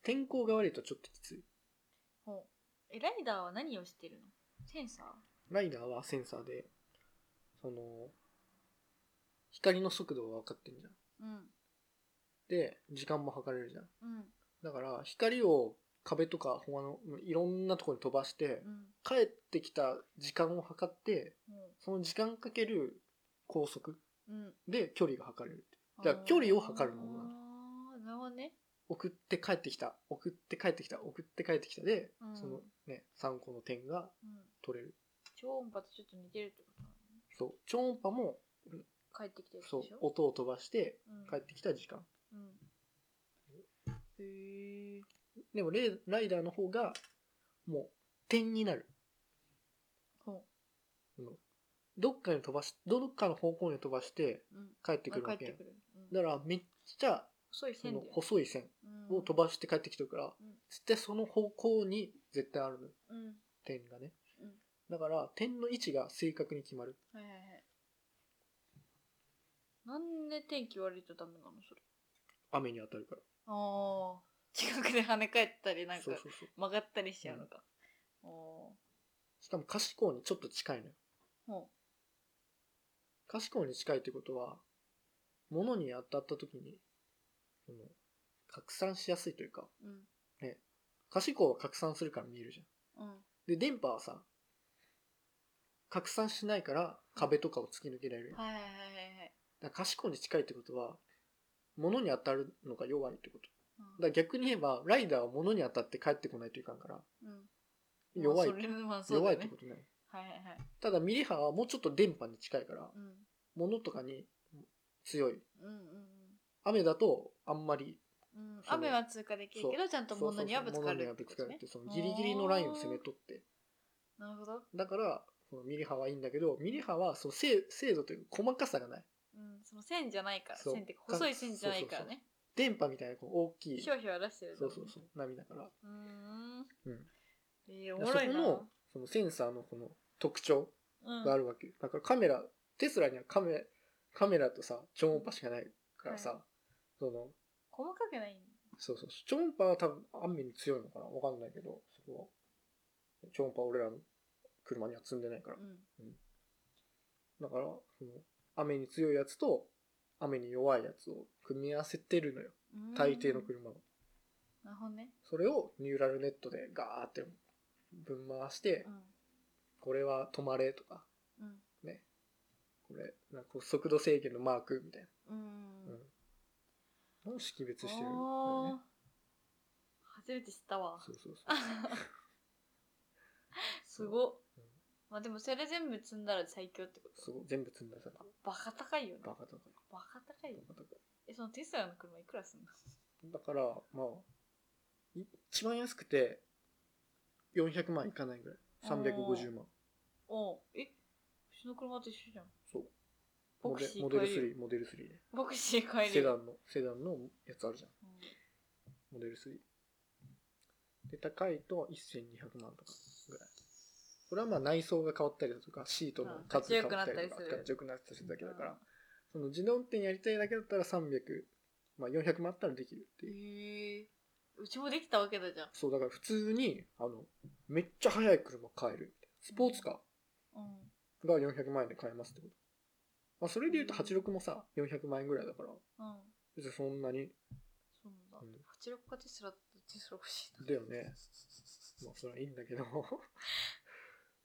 Speaker 2: 天候が悪いとちょっときつい
Speaker 3: ほうえライダーは何をしてるのセンサー
Speaker 2: ライダーはセンサーでその光の速度は分かってんじゃん
Speaker 3: うん
Speaker 2: で時間も測れるじゃん
Speaker 3: うん
Speaker 2: だから光を壁とか他のいろんなところに飛ばして
Speaker 3: うん
Speaker 2: 帰ってきた時間を測って
Speaker 3: も
Speaker 2: その時間かける高速
Speaker 3: ううん
Speaker 2: で距離が測れるじゃあ距離を測るのもな
Speaker 3: あーなるほどね
Speaker 2: 送って帰ってきた送って帰ってきた送って帰ってきたで、
Speaker 3: うん
Speaker 2: そのね3個の点が
Speaker 3: うん
Speaker 2: 取れる
Speaker 3: 超音波とちょっと似てるってことなのね
Speaker 2: そう超音波も
Speaker 3: 帰ってきてるでし
Speaker 2: そう
Speaker 3: ょ
Speaker 2: 音を飛ばして
Speaker 3: うん
Speaker 2: 帰ってきた時間
Speaker 3: うんへえ
Speaker 2: でもレーライダーの方がもう点になる
Speaker 3: ほ
Speaker 2: どっかに飛ばしどっかの方向に飛ばして
Speaker 3: ううん
Speaker 2: 帰ってくる
Speaker 3: あ
Speaker 2: わ
Speaker 3: 帰
Speaker 2: け
Speaker 3: っ
Speaker 2: や
Speaker 3: て
Speaker 2: ん
Speaker 3: くるうん
Speaker 2: だからめっちゃ
Speaker 3: 細い
Speaker 2: そ
Speaker 3: 線
Speaker 2: の
Speaker 3: で
Speaker 2: 細い線を飛
Speaker 3: ば
Speaker 2: ばして帰ってきてるから、
Speaker 3: うん
Speaker 2: 絶対その方向に絶対あるの
Speaker 3: うん
Speaker 2: 点がね、
Speaker 3: うん
Speaker 2: だから点の位置が正確に決まる
Speaker 3: はいはいはいなんで天気悪いとダメなのそれ
Speaker 2: 雨に当たるから
Speaker 3: ああ近くで跳ね返ったりなんか
Speaker 2: そうそうそう
Speaker 3: 曲がったりしちゃうのか、おお
Speaker 2: しかも可視光にちょっと近いのよ
Speaker 3: ーほ
Speaker 2: 可視光に近いってことは物に当たった時にその拡散しやすいというか
Speaker 3: ううん
Speaker 2: 可視光は拡散するから見えるじゃん
Speaker 3: うん
Speaker 2: で電波はさ拡散しないから壁とかを突き抜けられる、だか
Speaker 3: はいはいはいはいはい
Speaker 2: ら可視光に近いってことは物に当たるのが弱いってこと
Speaker 3: うん
Speaker 2: だから逆に言えばライダーは物に当たって帰ってこないといかんから
Speaker 3: うん
Speaker 2: 弱い、
Speaker 3: まあそれまあそうだ
Speaker 2: 弱い
Speaker 3: よ
Speaker 2: って
Speaker 3: ね
Speaker 2: ことね
Speaker 3: はいはいはい
Speaker 2: ただミリ波はもうちょっと電波に近いから
Speaker 3: うん
Speaker 2: 物とかに強い
Speaker 3: うんうん
Speaker 2: 雨だとあんまり
Speaker 3: うんうん
Speaker 2: その
Speaker 3: 雨は通過できるけどちゃんと物にはぶつかる
Speaker 2: 物には
Speaker 3: って
Speaker 2: ぶ
Speaker 3: こ
Speaker 2: つか
Speaker 3: と
Speaker 2: るっ
Speaker 3: ね
Speaker 2: てそのギリギリのラインを攻めとって
Speaker 3: なるほど
Speaker 2: だからそのミリ波はいいんだけどミリ波はその精精度というか細かさがない
Speaker 3: うんその線じゃないから
Speaker 2: そう
Speaker 3: 線っていうか細い線じゃないからね
Speaker 2: 電波みたいなこう大きい
Speaker 3: ひょうひょう出してる
Speaker 2: そうそうそう波だから
Speaker 3: ううーん
Speaker 2: うん
Speaker 3: えー、お
Speaker 2: だ
Speaker 3: も
Speaker 2: か
Speaker 3: ろ
Speaker 2: ら
Speaker 3: い
Speaker 2: そこ
Speaker 3: な
Speaker 2: のそのセンサーのこの特徴
Speaker 3: うん
Speaker 2: があるわけ、だからカメラテスラにはカメカメラとさ超音波しかないからさ、
Speaker 3: は
Speaker 2: その
Speaker 3: 細かくないんだ
Speaker 2: そうそう超音波は多分雨に強いのかなわかんないけどそこは超音波は俺らの車には積んでないから、
Speaker 3: うん
Speaker 2: だからその雨に強いやつと雨に弱いやつを組み合わせてるのよ
Speaker 3: うん
Speaker 2: 大抵の車は、
Speaker 3: なるほどね
Speaker 2: それをニューラルネットでガーってぶん回して、
Speaker 3: うん
Speaker 2: これは止まれとか
Speaker 3: うん
Speaker 2: ねこれなんかこう速度制限のマークみたいな
Speaker 3: うんうん
Speaker 2: うん、を識別してるんだよ
Speaker 3: おー
Speaker 2: ね。
Speaker 3: 初めて知ったわ
Speaker 2: そうそうそう。
Speaker 3: すごっ
Speaker 2: うん
Speaker 3: まあでもそれ全部積んだら最強ってこ
Speaker 2: す
Speaker 3: と
Speaker 2: ごい全部積んださ、
Speaker 3: バカ高いよね
Speaker 2: バカとかい
Speaker 3: バカ高いよね
Speaker 2: バカ高
Speaker 3: えそのテスラの車いくらすんの
Speaker 2: いだから、まあ、い一番安くて400万いかないぐらい。350万。
Speaker 3: おうえうちの車と一緒じゃん
Speaker 2: そう。
Speaker 3: ボ
Speaker 2: モ
Speaker 3: ク
Speaker 2: デ
Speaker 3: シー
Speaker 2: モデル
Speaker 3: 買える
Speaker 2: 3、モデル3ね。
Speaker 3: ボクシー買え
Speaker 2: セ
Speaker 3: る
Speaker 2: ダ
Speaker 3: よ
Speaker 2: ンの、セダンのやつあるじゃん。
Speaker 3: うん
Speaker 2: モデル3。で、高いと1200万とかぐらい。これはまあ内装が変わったりだとか、シートの数が変わったりとか、
Speaker 3: うん
Speaker 2: かっちよくなったりするだけだから、
Speaker 3: うん
Speaker 2: その自動運転やりたいだけだったら300、まあ、400万あったらできるっていう。
Speaker 3: へえうちもできたわけだじゃん
Speaker 2: そう、だから普通に、あの、めっちゃ速い車買えるみたいな。スポーツカ
Speaker 3: う
Speaker 2: ー
Speaker 3: ん
Speaker 2: が400万円で買えますってこと。まあ、それで言うと86もさ、400万円ぐらいだから、
Speaker 3: うん
Speaker 2: 別にそんなに、
Speaker 3: そうなんだ、
Speaker 2: うん
Speaker 3: 八六かテスラだったらテスラ欲しいな
Speaker 2: だよね。まあ、それはいいんだけど。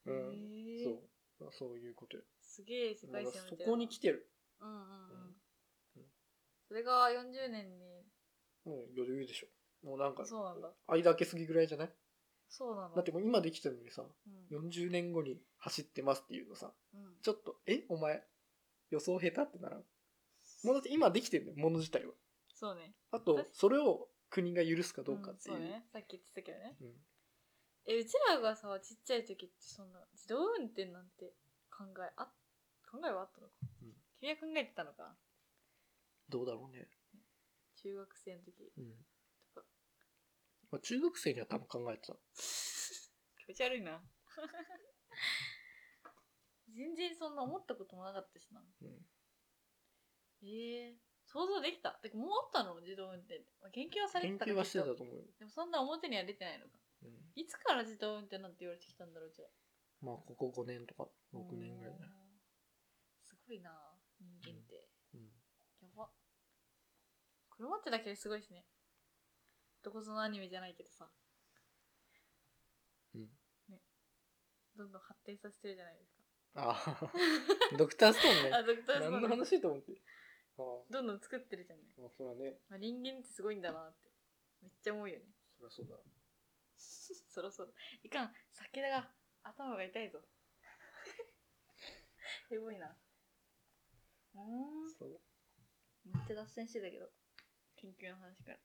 Speaker 2: う
Speaker 3: へ
Speaker 2: ん。
Speaker 3: え
Speaker 2: そう。まあ、そういうことよ。
Speaker 3: すげえ世
Speaker 2: だ
Speaker 3: 界
Speaker 2: から
Speaker 3: 線
Speaker 2: そ
Speaker 3: みたいな
Speaker 2: こに来てる。
Speaker 3: うんうんう
Speaker 2: うん
Speaker 3: ん
Speaker 2: うん
Speaker 3: それが40年に
Speaker 2: うん、余裕でしょ。もうなんか、
Speaker 3: そうなんだ
Speaker 2: 間開けすぎぐらいじゃない
Speaker 3: そうなの
Speaker 2: だってもう今できてるのにさ、
Speaker 3: うん
Speaker 2: 40年後に走ってますっていうのさ、
Speaker 3: うん
Speaker 2: ちょっと、えお前、予想下手ってならんもうだって今できてるのよ、もの自体は。
Speaker 3: そうね
Speaker 2: あ
Speaker 3: 確
Speaker 2: と
Speaker 3: かに、
Speaker 2: それを国が許すかどうかっていう。
Speaker 3: んそうねさっき言ってたけどね
Speaker 2: うん
Speaker 3: えうちらがさちっちゃい時ってそんな自動運転なんて考えあ考えはあったのか、
Speaker 2: うん
Speaker 3: 君は考えてたのか
Speaker 2: どうだろうね。
Speaker 3: 中学生の時
Speaker 2: うん。まあ、中学生には多分考えてた。
Speaker 3: 気持ち悪いな (laughs) 全然そんな思ったこともなかったしな
Speaker 2: うん。
Speaker 3: ええ想像できたてかもうあったの自動運転まあ研究はされて
Speaker 2: 研
Speaker 3: たか
Speaker 2: 究はしてたと
Speaker 3: きっ
Speaker 2: 思うよ。
Speaker 3: とでもそんな表には出てないのか
Speaker 2: うん。
Speaker 3: いつから自動運転なんて言われてきたんだろううちら
Speaker 2: まあ、ここ5年とか、6年ぐらいね。
Speaker 3: うんすごいな人間って、
Speaker 2: うん。
Speaker 3: やば車ってだけですごいしねどこぞのアニメじゃないけどさ
Speaker 2: うん
Speaker 3: ねどんどん発展させてるじゃないですか
Speaker 2: ああ、ドクター (laughs) ストーンね
Speaker 3: あ。ドクターストーン
Speaker 2: 何の話と思って。ああ、
Speaker 3: どんどん作ってるじゃんね、
Speaker 2: まあ、そりゃね、
Speaker 3: まあ、人間ってすごいんだなってめっちゃ思うよね
Speaker 2: そりゃそうだ。
Speaker 3: (laughs) そろそろいかん酒が頭が痛 (laughs) いぞやばいなうーん
Speaker 2: そう。
Speaker 3: めっちゃ脱線してたけど研究の話から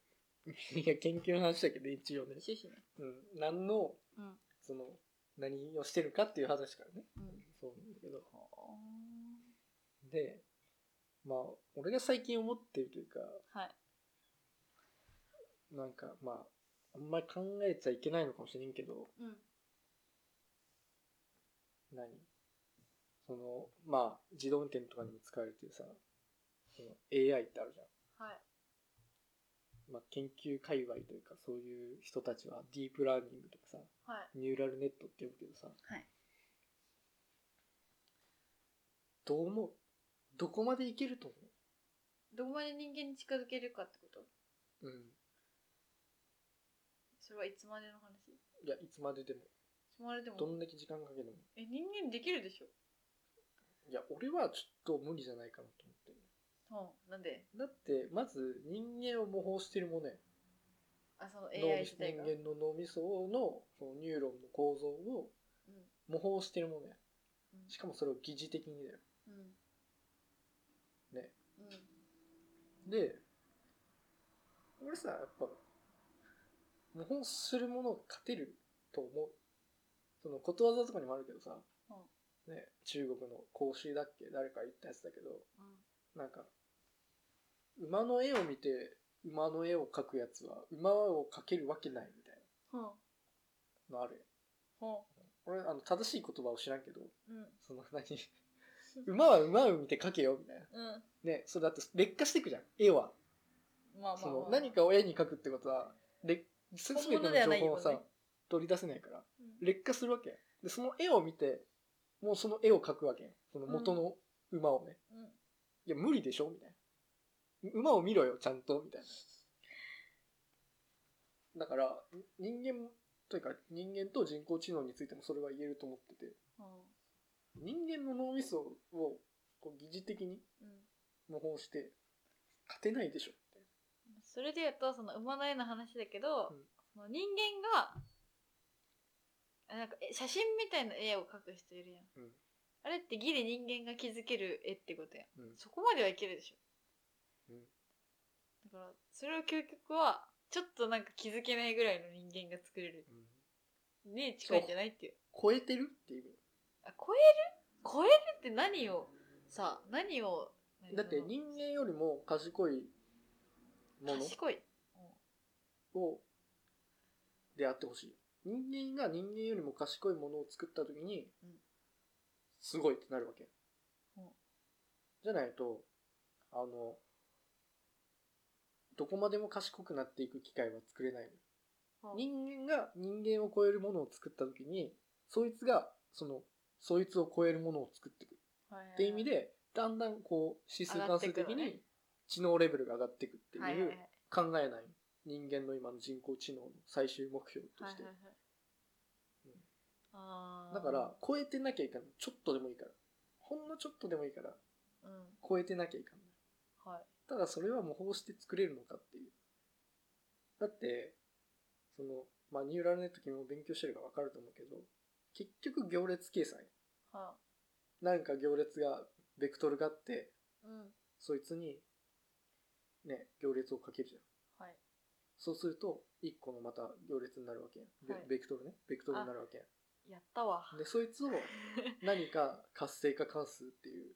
Speaker 2: いや、研究の話だけど、一応ね。
Speaker 3: 終始ね
Speaker 2: うん。何の、
Speaker 3: うん
Speaker 2: その、何をしてるかっていう話からね。
Speaker 3: うん
Speaker 2: そうなんだけど。
Speaker 3: ほ
Speaker 2: で、まあ、俺が最近思ってるというか、
Speaker 3: ーはい
Speaker 2: なんか、まあ、あんまり考えちゃいけないのかもしれんけど、
Speaker 3: うん
Speaker 2: 何その、まあ、自動運転とかにも使われてるさ、その AI ってあるじゃ
Speaker 3: はい
Speaker 2: ん。まあ、研究界隈というか、そういう人たちはディープラーニングとかさ、
Speaker 3: はい
Speaker 2: ニューラルネットって呼ぶけどさ、
Speaker 3: はい
Speaker 2: どう思うどこまでいけると思
Speaker 3: どこまで人間に近づけるかってこと
Speaker 2: ううん。
Speaker 3: それはいつまでの話い
Speaker 2: いや、いつまででも、
Speaker 3: つまででも
Speaker 2: どんだけ時間かけても。
Speaker 3: え人間できるでしょ
Speaker 2: いや、俺はちょっと無理じゃないかなと思ってる。
Speaker 3: うんなんで
Speaker 2: だって、まず人間を模倣してるものやん。
Speaker 3: あその
Speaker 2: 脳
Speaker 3: AI
Speaker 2: みそ
Speaker 3: 自体
Speaker 2: 人
Speaker 3: が
Speaker 2: 間の脳みそのそのニューロンの構造を
Speaker 3: うん
Speaker 2: 模倣してるものや
Speaker 3: うん
Speaker 2: しかもそれを疑似的にだよ
Speaker 3: うん
Speaker 2: ね
Speaker 3: うん
Speaker 2: で俺さやっぱ模倣するものが勝てると思うそのことわざとかにもあるけどさ、ね、中国の孔子だっけ誰か言ったやつだけど
Speaker 3: うん
Speaker 2: なんか馬の絵を見て馬の絵を描くやつは馬を描けるわけないみたい
Speaker 3: ほう
Speaker 2: なのあるやん
Speaker 3: ほ
Speaker 2: 俺あの正しい言葉を知らん
Speaker 3: (laughs)
Speaker 2: けど
Speaker 3: ううん
Speaker 2: その何馬は馬を見て描けよみたいな。
Speaker 3: うん
Speaker 2: ね、それだって劣化していくじゃん、絵は。
Speaker 3: まあまあ、まあ、
Speaker 2: その何かを絵に描くってことは、劣すべての
Speaker 3: 本物ではない
Speaker 2: 情報をさ、
Speaker 3: よね
Speaker 2: 取り出せないから、
Speaker 3: うん
Speaker 2: 劣化するわけやんで、その絵を見て、もうその絵を描くわけやんその元の馬をね。
Speaker 3: うん
Speaker 2: いや、無理でしょみたいな。馬を見ろよ、ちゃんと、みたいな。だから、人間、というか人間と人工知能についてもそれは言えると思ってて、
Speaker 3: ほ
Speaker 2: 人間の脳みそをこう疑似的に
Speaker 3: ううん
Speaker 2: 模倣して勝てないでしょって
Speaker 3: それで言うとその馬の絵の話だけど、
Speaker 2: うん
Speaker 3: その人間があなんかえ写真みたいな絵を描く人いるやん、
Speaker 2: うん
Speaker 3: あれってギリ人間が気づける絵ってことやん
Speaker 2: うん
Speaker 3: そこまではいけるでしょ、
Speaker 2: うん
Speaker 3: だからそれを究極はちょっとなんか気づけないぐらいの人間が作れるね近いんじゃないっていう
Speaker 2: 超えてるっていう
Speaker 3: あ超える超えるって何をさ何を
Speaker 2: だって
Speaker 3: 何
Speaker 2: 人間よりも賢いも
Speaker 3: その賢い、
Speaker 2: のをであってほしい人間が人間よりも賢いものを作った時に
Speaker 3: うん
Speaker 2: すごいってなるわけ
Speaker 3: うん
Speaker 2: じゃないとあのどこまでも賢くなっていく機会は作れない
Speaker 3: うん
Speaker 2: 人間が人間を超えるものを作った時にそいつがそのそいつを超えるものを作っていくっていう意味でだんだんこう指数関数的
Speaker 3: 上がってくのね
Speaker 2: に知能レベルが上がっていくって
Speaker 3: はいはい
Speaker 2: い
Speaker 3: は
Speaker 2: う
Speaker 3: い
Speaker 2: 考えない人間の今の人工知能の最終目標として
Speaker 3: はいはいはい
Speaker 2: うん
Speaker 3: あー
Speaker 2: だから、超えてなきゃいかんちょっとでもいいからほんのちょっとでもいいから
Speaker 3: うん
Speaker 2: 超えてなきゃいかん
Speaker 3: はい、
Speaker 2: ただそれは模倣して作れるのかっていうだってそのまあニューラルネット君も勉強してるから分かると思うけど結局行列計算
Speaker 3: は
Speaker 2: なんか行列がベクトルがあって
Speaker 3: うん
Speaker 2: そいつにね行列をかけるじゃん
Speaker 3: はい
Speaker 2: そうすると1個のまた行列になるわけやん、ベ
Speaker 3: はい
Speaker 2: ベクトルねベクトルになるわけやん
Speaker 3: やったわ。
Speaker 2: でそいつを何か活性化関数っていう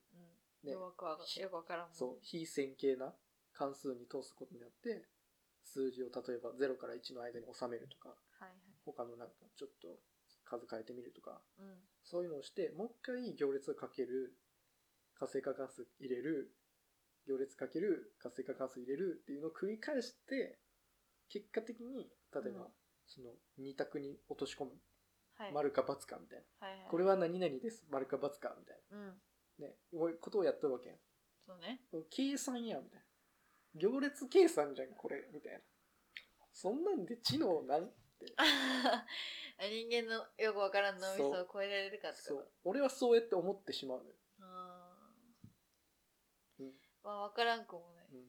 Speaker 3: うん。
Speaker 2: ね
Speaker 3: よくわかよくわからんもん。
Speaker 2: そう非線形な関数に通すことによって数字を例えば0から1の間に収めるとか
Speaker 3: はいはい。
Speaker 2: 他のなんかちょっと数変えてみるとか
Speaker 3: うん。
Speaker 2: そういうのをしてもう一回行列をかける活性化関数入れる行列かける活性化関数入れるっていうのを繰り返して結果的に例えば、
Speaker 3: うん
Speaker 2: その2択に落とし込む
Speaker 3: はい。
Speaker 2: 丸か×かみたいな
Speaker 3: はいはい。
Speaker 2: これは何々です丸か×かみたい
Speaker 3: うん。
Speaker 2: なねこういうことをやってるわけやん
Speaker 3: そうね。 (laughs)
Speaker 2: 計算やみたいな行列計算じゃんこれみたいなそんなんで知能なん
Speaker 3: 人間のよくわからん脳みそを
Speaker 2: そう
Speaker 3: 超えられるかって
Speaker 2: そ
Speaker 3: こと
Speaker 2: う俺はそうやって思ってしまうのよ、
Speaker 3: あー
Speaker 2: うん
Speaker 3: まあ、わからんくもない。
Speaker 2: うん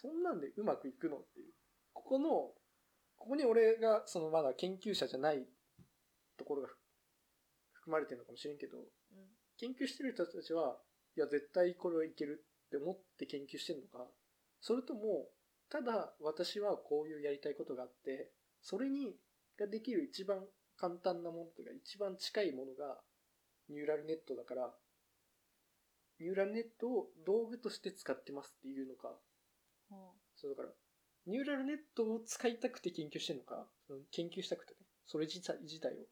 Speaker 2: そんなんでうまくいくのっていうここのここに俺がそのまだ研究者じゃないところが含まれてるのかもしれんけど
Speaker 3: うん。
Speaker 2: 研究してる人たちはいや絶対これはいけるって思って研究してるのかそれともただ私はこういうやりたいことがあってそれにができる一番簡単なものというか一番近いものがニューラルネットだからニューラルネットを道具として使ってますっていうのか
Speaker 3: ほ
Speaker 2: そうだからニューラルネットを使いたくて研究してるのかその研究したくてねそれ自体自体を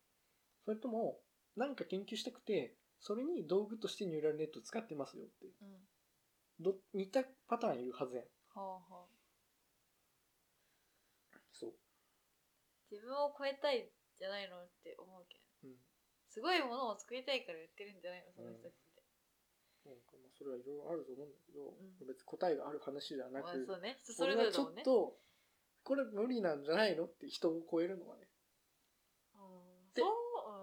Speaker 2: それとも何か研究したくてそれに道具としてニューラルネットを使ってますよって
Speaker 3: う。うん。
Speaker 2: ど似たパターンいるはずやん
Speaker 3: ほうほう。
Speaker 2: そう、
Speaker 3: 自分を超えたいんじゃないのって思うけど。
Speaker 2: うん、
Speaker 3: すごいものを作りたいから言ってるんじゃないのその人たちって。
Speaker 2: なんかまあそれはいろいろあると思うんだけど、
Speaker 3: うん
Speaker 2: 別に答えがある話じゃな
Speaker 3: まあ
Speaker 2: く、
Speaker 3: そうね。人それ
Speaker 2: 俺
Speaker 3: ぞ
Speaker 2: はちょ
Speaker 3: れだも
Speaker 2: っ
Speaker 3: んね。
Speaker 2: とこれ無理なんじゃないのって人を超えるのはね
Speaker 3: うん
Speaker 2: て
Speaker 3: そ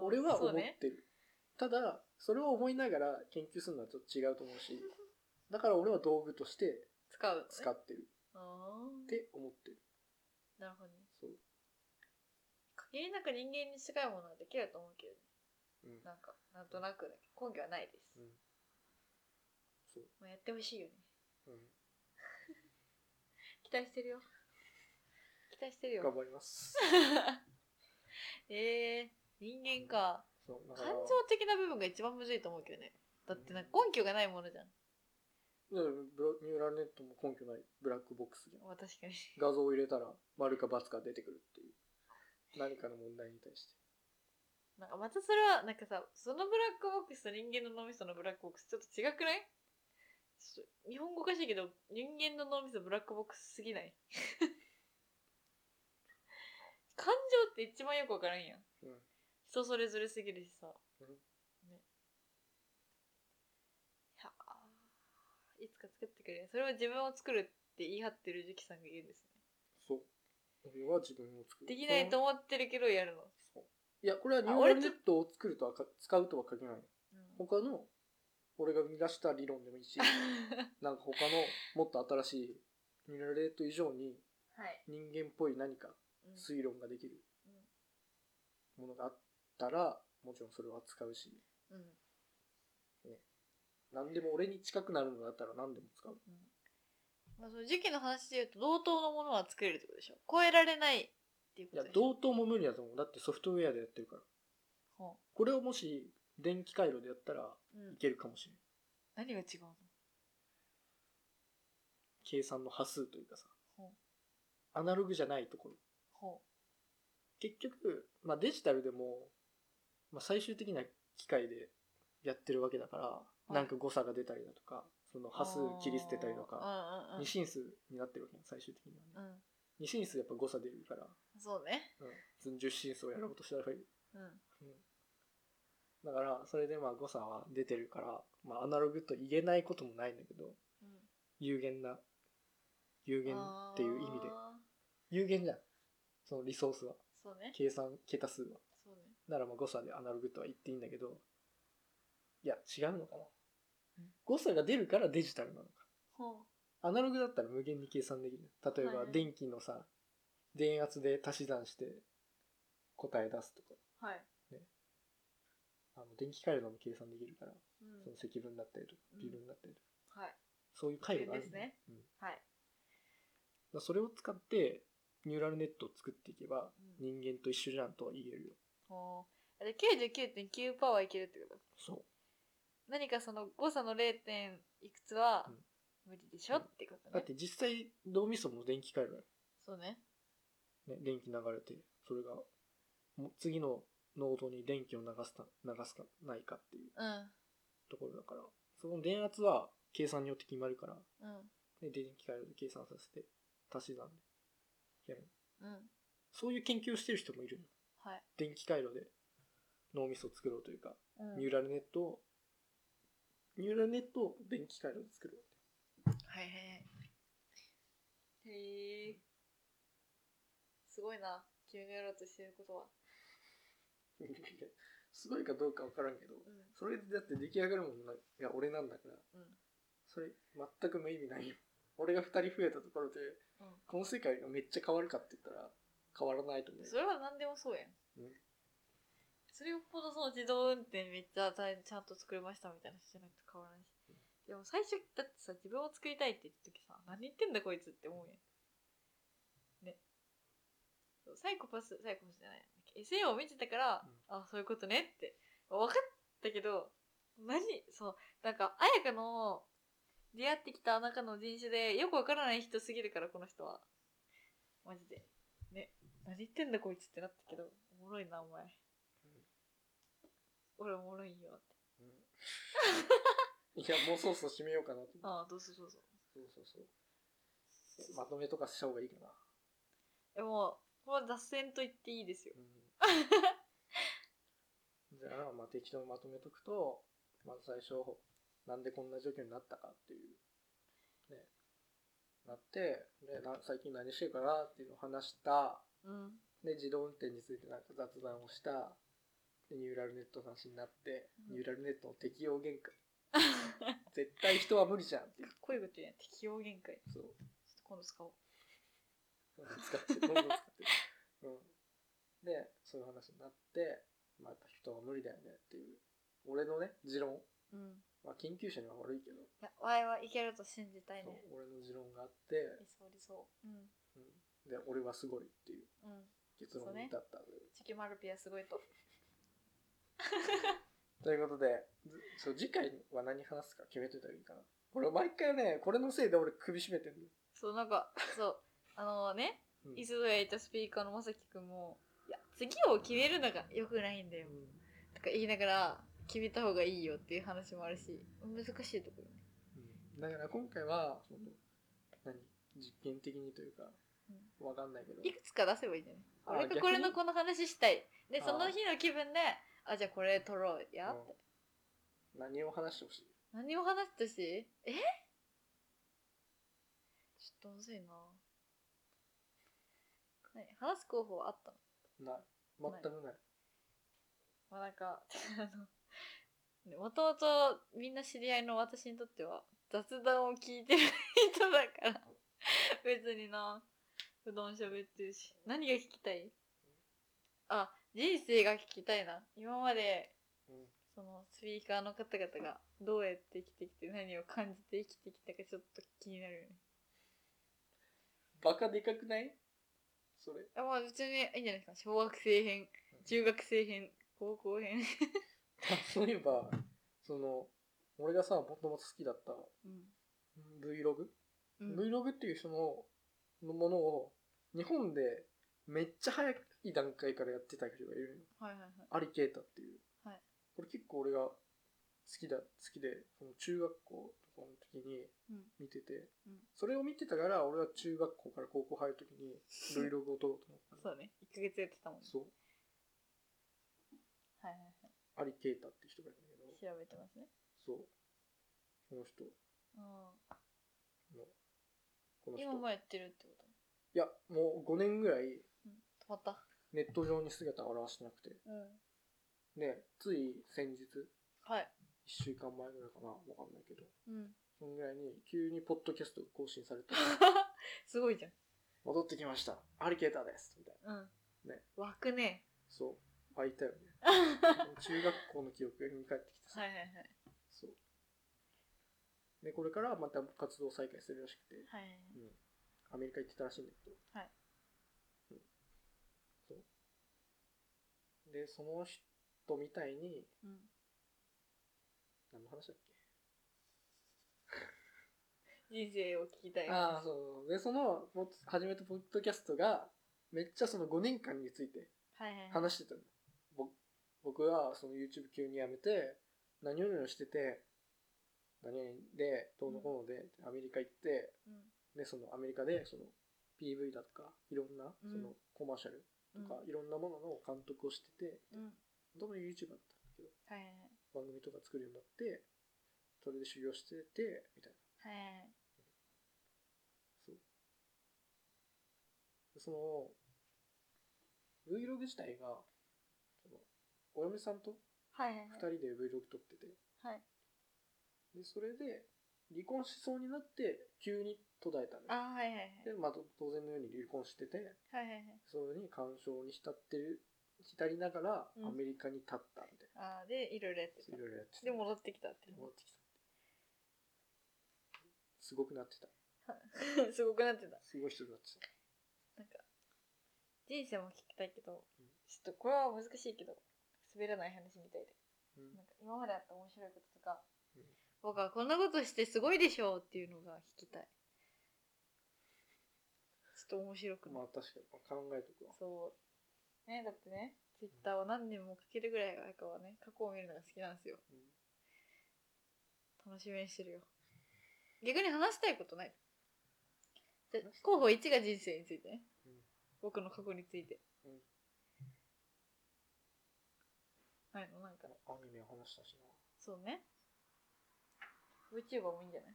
Speaker 3: うう
Speaker 2: 俺
Speaker 3: ん
Speaker 2: は思っ
Speaker 3: そう
Speaker 2: て
Speaker 3: ね。
Speaker 2: る、ただそれを思いながら研究するのはちょっと違うと思うしだから俺は道具として
Speaker 3: 使うのね。
Speaker 2: 使ってる
Speaker 3: あ
Speaker 2: っ
Speaker 3: ー
Speaker 2: て思ってる
Speaker 3: なるほどね。
Speaker 2: そう、
Speaker 3: 限りなく人間に近いものはできると思うけどね。
Speaker 2: うん
Speaker 3: なんか、なんとなくだけど根拠はないです。
Speaker 2: うんそう
Speaker 3: まあ、やってほしいよね。
Speaker 2: うん、
Speaker 3: 期待してるよ。期待してる
Speaker 2: 頑
Speaker 3: よ。
Speaker 2: 張ります
Speaker 3: (laughs) えー、人間か。
Speaker 2: そうだか
Speaker 3: 感
Speaker 2: ら
Speaker 3: 情的な部分が一番むずいと思うけどね。だってなんか
Speaker 2: うん
Speaker 3: 根拠がないものじゃん。
Speaker 2: だからブロニューラルネットも根拠ないブラックボックスじゃん
Speaker 3: まあ確かに。
Speaker 2: 画像を入れたら丸か×か出てくるっていう何かの問題に対して
Speaker 3: なんかまたそれは、なんかさ、そのブラックボックスと人間の脳みそのブラックボックスちょっと違くないちょっと日本語おかしいけど、人間の脳みそブラックボックスすぎない
Speaker 2: (laughs)
Speaker 3: 感情って一番よくわからんやん。
Speaker 2: うん
Speaker 3: 人それぞれすぎるしさ。
Speaker 2: うん
Speaker 3: ね。いやーいつか作ってくれ。それは自分を作るって言い張ってる時期さんがいるんです
Speaker 2: そう俺は自分を作
Speaker 3: ね。
Speaker 2: る
Speaker 3: できないと思ってるけどやるの。
Speaker 2: そういやこれはニューラルネットを作るとはか使うとは限らない
Speaker 3: うん、
Speaker 2: 他の俺が生み出した理論でもいいしなんか他のもっと新しいニューラルネット以上に
Speaker 3: (laughs) はい。
Speaker 2: 人間っぽい何か
Speaker 3: うん
Speaker 2: 推論ができるものがあったらもちろんそれは使うし
Speaker 3: うん。うん
Speaker 2: 何でも俺に近くなるのだったら何でも使う
Speaker 3: まあ、その時期の話で言うと同等のものは作れるってことでしょ超えられないっていう
Speaker 2: い
Speaker 3: こ
Speaker 2: や
Speaker 3: とでしょ
Speaker 2: 同等も無理だと思うだってソフトウェアでやってるから
Speaker 3: ほ
Speaker 2: これをもし電気回路でやったら
Speaker 3: ううん
Speaker 2: いけるかもしれない
Speaker 3: 何が違うの
Speaker 2: 計算の波数というかさ
Speaker 3: ほう
Speaker 2: アナログじゃないところ
Speaker 3: ほ
Speaker 2: 結局、まあ、デジタルでも、まあ、最終的には機械でやってるわけだから、
Speaker 3: い
Speaker 2: なんか誤差が出たりだとかその
Speaker 3: う
Speaker 2: 波数切り捨てたりとか
Speaker 3: あーうんうん
Speaker 2: 二進数になってるわけやん最終的にはね
Speaker 3: うん、う
Speaker 2: 二進数やっぱ誤差出るから、
Speaker 3: ん、そうね
Speaker 2: うん、十進数をやろうとしたら
Speaker 3: うん
Speaker 2: だからそれでまあ誤差は出てるから、まあ、アナログと言えないこともないんだけど有限な有限っていう意味で
Speaker 3: あー
Speaker 2: 有限じゃんそのリソースは
Speaker 3: そうね
Speaker 2: 計算桁数は
Speaker 3: そうね
Speaker 2: ならまあ誤差でアナログとは言っていいんだけどいや違うのかな
Speaker 3: うん
Speaker 2: 誤差が出るからデジタルなのか
Speaker 3: ほ
Speaker 2: アナログだったら無限に計算できる例え
Speaker 3: は
Speaker 2: ば
Speaker 3: い
Speaker 2: 電気のさ電圧で足し算して答え出すとか
Speaker 3: うはい、
Speaker 2: あの電気回路も計算できるから
Speaker 3: うん、
Speaker 2: その積分だったりとか
Speaker 3: うん
Speaker 2: 微分だったりとか
Speaker 3: はい
Speaker 2: そういう回路がある
Speaker 3: ですね
Speaker 2: うん
Speaker 3: はい
Speaker 2: らそれを使ってニューラルネットを作っていけば
Speaker 3: うん
Speaker 2: 人間と一緒じゃんとは言えるよ
Speaker 3: おーで99.9%はいけるってこと
Speaker 2: そう
Speaker 3: 何かその誤差の 0. 点いくつは
Speaker 2: うん
Speaker 3: 無理でしょ、
Speaker 2: うん
Speaker 3: ってことね
Speaker 2: だって実際脳みそも電気回路や
Speaker 3: そうね
Speaker 2: ね、電気流れてそれがもう次のノードに電気を流すた流すかないかっていう
Speaker 3: うん
Speaker 2: ところだからその電圧は計算によって決まるから、
Speaker 3: うん
Speaker 2: ね、電気回路で計算させて足し算でやる
Speaker 3: うん
Speaker 2: そういう研究をしてる人もいるの
Speaker 3: はい、
Speaker 2: 電気回路で脳みそを作ろうというか、
Speaker 3: うん
Speaker 2: ニューラルネットをニューラルネットを電気回路で作ろう
Speaker 3: はいはいはいへえすごいな君がやろうとしてることは
Speaker 2: (laughs) すごいかどうか分からんけど
Speaker 3: うん
Speaker 2: それだって出来上がるものが俺なんだから
Speaker 3: うん
Speaker 2: それ全く無意味ないよ俺が2人増えたところで
Speaker 3: うん
Speaker 2: この世界がめっちゃ変わるかって言ったら変わらないと思う
Speaker 3: それは何でもそうやん、
Speaker 2: うん
Speaker 3: それよっぽどその自動運転めっちゃ大ちゃんと作りましたみたいな人じゃないと変わらないしでも最初だってさ自分を作りたいって言った時さ何言ってんだこいつって思うやんねそうサイコパスサイコパスじゃない SA を見てたから、あそういうことねって分かったけど何そうなんか綾香の出会ってきた中の人種でよくわからない人すぎるからこの人はマジで何言ってんだこいつってなったけどおもろいなお前、俺おもろいよって
Speaker 2: うん (laughs) いやもうそろそろ締めようかなと思って
Speaker 3: ああどうぞどうぞ
Speaker 2: そうそうそうえまとめとかした方がいいかな、
Speaker 3: えもうこれは脱線と言っていいですよ
Speaker 2: う
Speaker 3: (laughs)
Speaker 2: んじゃあまあ適当にまとめとくとまず最初なんでこんな状況になったかっていうねなってでな最近何してるかなっていうのを話した
Speaker 3: うん
Speaker 2: で自動運転についてなんか雑談をしたでニューラルネットの話になって、
Speaker 3: うん
Speaker 2: ニューラルネットの適用
Speaker 3: (laughs)
Speaker 2: 限界絶対人は無理じゃんっていう
Speaker 3: こういうこと言うやん適用限界
Speaker 2: そう
Speaker 3: ちょっと今度使おう
Speaker 2: 使ってどんどん使って、うん、でそういう話になって、まあ、やっぱ人は無理だよねっていう俺のね持論、
Speaker 3: うんい
Speaker 2: まあ、研究者には悪いけど、
Speaker 3: やワイはいけると信じたい
Speaker 2: そう
Speaker 3: ね
Speaker 2: 俺の持論があって、
Speaker 3: 理想理想うん
Speaker 2: うん、で俺はすごいっていう
Speaker 3: うん
Speaker 2: 結論に至ったので
Speaker 3: チキマルピアすごいと
Speaker 2: ということで、ずそう次回は何話すか決めといたらいいかな。俺毎回ね、これのせいで俺首絞めてる
Speaker 3: そうなん (laughs) かそうあのね
Speaker 2: の。うん
Speaker 3: いつぞやいたスピーカーのまさきくんもいや次を決めるのが良くないんだよ
Speaker 2: う
Speaker 3: とか言いながら決めた方がいいよっていう話もあるし難しいところね
Speaker 2: んだから今回は、その何実験的にというか、わかんないけど。
Speaker 3: いくつか出せばいいんじゃ
Speaker 2: あ
Speaker 3: ない
Speaker 2: 逆
Speaker 3: 俺が
Speaker 2: に
Speaker 3: これのこの話したいで
Speaker 2: あー
Speaker 3: その日の気分であじゃあこれ撮ろうやって、
Speaker 2: うん何を話してほしい
Speaker 3: 何を話してほしいえちょっとむずいな何話す候補はあったの
Speaker 2: ない。全くない。
Speaker 3: まあなんか (laughs) あのもともとみんな知り合いの私にとっては雑談を聞いてる人だから (laughs) 別になうどん喋ってるし何が聞きたいあ人生が聞きたいな今まで
Speaker 2: うん
Speaker 3: そのスピーカーの方々がどうやって生きてきて何を感じて生きてきたかちょっと気になるよね
Speaker 2: バカでかくないそれ。
Speaker 3: あまあ別にいいんじゃないですか小学生編中学生編高校編
Speaker 2: (laughs) そういえば、その、俺がさ、もともと好きだった
Speaker 3: うん、
Speaker 2: Vlog?
Speaker 3: うん、
Speaker 2: Vlog っていう人ののものを日本でめっちゃ早い段階からやってた人がいるのよ
Speaker 3: はいはいはい
Speaker 2: アリケータっていう、
Speaker 3: はい
Speaker 2: これ結構俺が好きだ好きでその中学校とかの時に
Speaker 3: うん
Speaker 2: 見てて、
Speaker 3: うん
Speaker 2: それを見てたから俺は中学校から高校入る時に Vlog を撮ろうと思ったの
Speaker 3: そうね1ヶ月やってたもんね
Speaker 2: そう
Speaker 3: はいはいはい
Speaker 2: アリケータって人がいるんだけど
Speaker 3: 調べてますね。
Speaker 2: そうこの人
Speaker 3: う
Speaker 2: のこの
Speaker 3: ん、
Speaker 2: 人
Speaker 3: 今もやってるってこと
Speaker 2: いやもう5年ぐらい
Speaker 3: うん、止まった。
Speaker 2: ネット上に姿を現してなくて
Speaker 3: うん。
Speaker 2: でつい先日
Speaker 3: はい。
Speaker 2: 1週間前ぐらいかなわかんないけど
Speaker 3: うん。
Speaker 2: そのぐらいに急にポッドキャストが更新されて
Speaker 3: (laughs) すごいじゃん。
Speaker 2: 戻ってきましたアリケーターですみたいな
Speaker 3: うん。
Speaker 2: ね。
Speaker 3: 湧く (laughs) ね。
Speaker 2: そう湧い
Speaker 3: (laughs)
Speaker 2: たよね中学校の記憶がに帰ってきてさ、
Speaker 3: はいはいはい。
Speaker 2: そうでこれからまた活動再開するらしくて、
Speaker 3: はい。
Speaker 2: うん、アメリカ行ってたらしいんだけど。
Speaker 3: はい
Speaker 2: うん。そう。で、その人みたいに、
Speaker 3: うん、
Speaker 2: 何の話だっけ
Speaker 3: 人生を聞きたい
Speaker 2: ああ、そうそう。で、その、もっと始めたポッドキャストが、めっちゃその5年間について
Speaker 3: はいはいはい
Speaker 2: 話してたの。ぼ僕はその YouTube 急にやめて、何々をしてて、何々で、どうのこうので、アメリカ行って、で、そのアメリカで、その PV だとか、いろんな、
Speaker 3: うん
Speaker 2: そのコマーシャル
Speaker 3: う
Speaker 2: と
Speaker 3: ん
Speaker 2: か、いろんなものの監督をしてて、
Speaker 3: うん、うん
Speaker 2: どの YouTuber だったんだけど、
Speaker 3: はいはい
Speaker 2: 番組とか作るようになって、それで修行してて、みたいな。
Speaker 3: はいはいはい
Speaker 2: そう。でその、Vlog 自体が、そのお嫁さんと
Speaker 3: はいはい
Speaker 2: 2人で Vlog 撮ってて、
Speaker 3: はい
Speaker 2: で、それで、離婚しそうになって、急に途絶えたの
Speaker 3: あ
Speaker 2: よ。
Speaker 3: はいはいはい
Speaker 2: で、まあ、当然のように離婚してて、
Speaker 3: はいはいはい
Speaker 2: それに干渉に浸ってる、浸りながら
Speaker 3: うん
Speaker 2: アメリカに立ったみたい
Speaker 3: あーでいろいろやって
Speaker 2: な。
Speaker 3: た
Speaker 2: いろいろやってて
Speaker 3: で戻ってきたって
Speaker 2: 戻ってきた。すごくなってた。
Speaker 3: (laughs) すごくなってた
Speaker 2: すごい人になってた。
Speaker 3: なんか人生も聞きたいけど
Speaker 2: うん
Speaker 3: ちょっとこれは難しいけど滑らない話みたいで
Speaker 2: うん
Speaker 3: なんか今まであった面白いこととか、
Speaker 2: うん
Speaker 3: 僕はこんなことしてすごいでしょうっていうのが聞きたいちょっと面白くない、
Speaker 2: まあ確かに、考えとくわ。
Speaker 3: そうねだってねツイッターを何年もかけるぐらいかはね過去を見るのが好きなんですよ
Speaker 2: うん
Speaker 3: 楽しみにしてるよ逆に話したいことないで
Speaker 2: 話したい
Speaker 3: 候補1が人生についてね、
Speaker 2: うん
Speaker 3: 僕の過去について、
Speaker 2: うん
Speaker 3: ないのなんか
Speaker 2: アニメを話したし
Speaker 3: そうね VTuber もいいんじゃない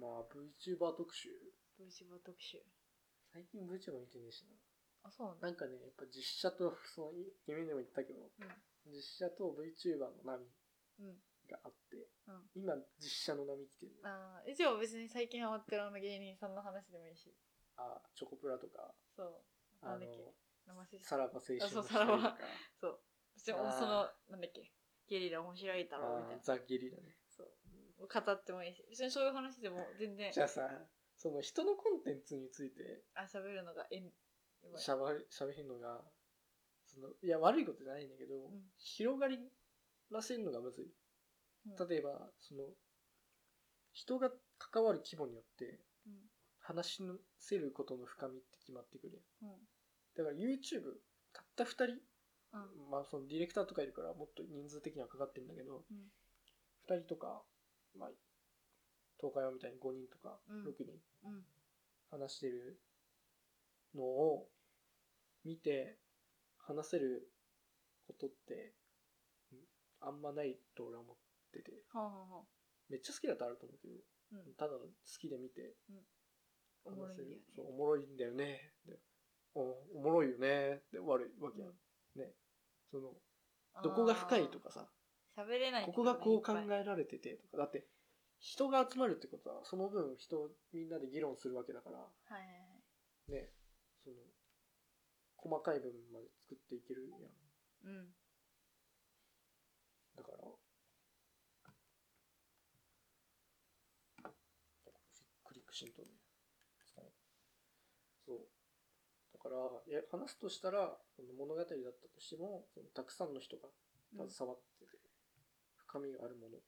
Speaker 2: な。まあ VTuber 特集。
Speaker 3: VTuber 特集
Speaker 2: 最近 VTuber 見てねえし
Speaker 3: あそうなんだ
Speaker 2: な。なんかね、やっぱ実写と、その、夢でも言ったけど、実写と VTuber の波
Speaker 3: うん
Speaker 2: があって、
Speaker 3: うん
Speaker 2: 今実写の波来てるの。
Speaker 3: あーえじゃあ別に最近ハマってるあの芸人さんの話でもいいし
Speaker 2: あ、チョコプラとか、
Speaker 3: そうな
Speaker 2: あ
Speaker 3: んだっけ
Speaker 2: の、
Speaker 3: 名前忘れちゃった
Speaker 2: さらば青春の
Speaker 3: あそう
Speaker 2: 光
Speaker 3: さら
Speaker 2: とか、
Speaker 3: ばそ
Speaker 2: あー
Speaker 3: う別にそのなんだっけゲリラ面白いだろうみたい
Speaker 2: あザ・
Speaker 3: な
Speaker 2: ゲリラね。
Speaker 3: そう語ってもいいし別にそういう話でも全然
Speaker 2: じゃあさ、その人のコンテンツについて
Speaker 3: あ喋るのがえんやばい
Speaker 2: しゃべしゃべるのが、その、いや、悪いことじゃないんだけど、
Speaker 3: ん
Speaker 2: 広がりらせるのがむずい。
Speaker 3: うん
Speaker 2: 例えば、その、人が関わる規模によって、
Speaker 3: うん
Speaker 2: 話しせることの深みって決まってくるやん
Speaker 3: うん
Speaker 2: だから YouTube、たった2人、
Speaker 3: うん
Speaker 2: まあそのディレクターとかいるからもっと人数的にはかかってるんだけど、
Speaker 3: うん
Speaker 2: 二2人とか、まあ、東海オンみたいに5人とか
Speaker 3: うん
Speaker 2: 6人
Speaker 3: うん
Speaker 2: 話してるのを見て話せることってうんあんまないと俺は思ってて、
Speaker 3: はあはあはあ
Speaker 2: めっちゃ好きだとあると思うけど、
Speaker 3: うん
Speaker 2: ただ好きで見て
Speaker 3: おもろい
Speaker 2: 話せ
Speaker 3: んだよ
Speaker 2: る
Speaker 3: ね
Speaker 2: そうおもろいんだよねでおおもろいよねで終わるわけやん、ねそのどこが深いとかさ
Speaker 3: あー喋れない
Speaker 2: ここがこう考
Speaker 3: え
Speaker 2: えられててとかだって人が集まるってことはその分人みんなで議論するわけだから
Speaker 3: はいはい
Speaker 2: ねその細かい部分まで作っていけるやん
Speaker 3: はいうん
Speaker 2: だからクリックしんとねそうだからいや話すとしたらその物語だったとしてもそのたくさんの人が
Speaker 3: うん
Speaker 2: 携わってて、深みがあるもの
Speaker 3: う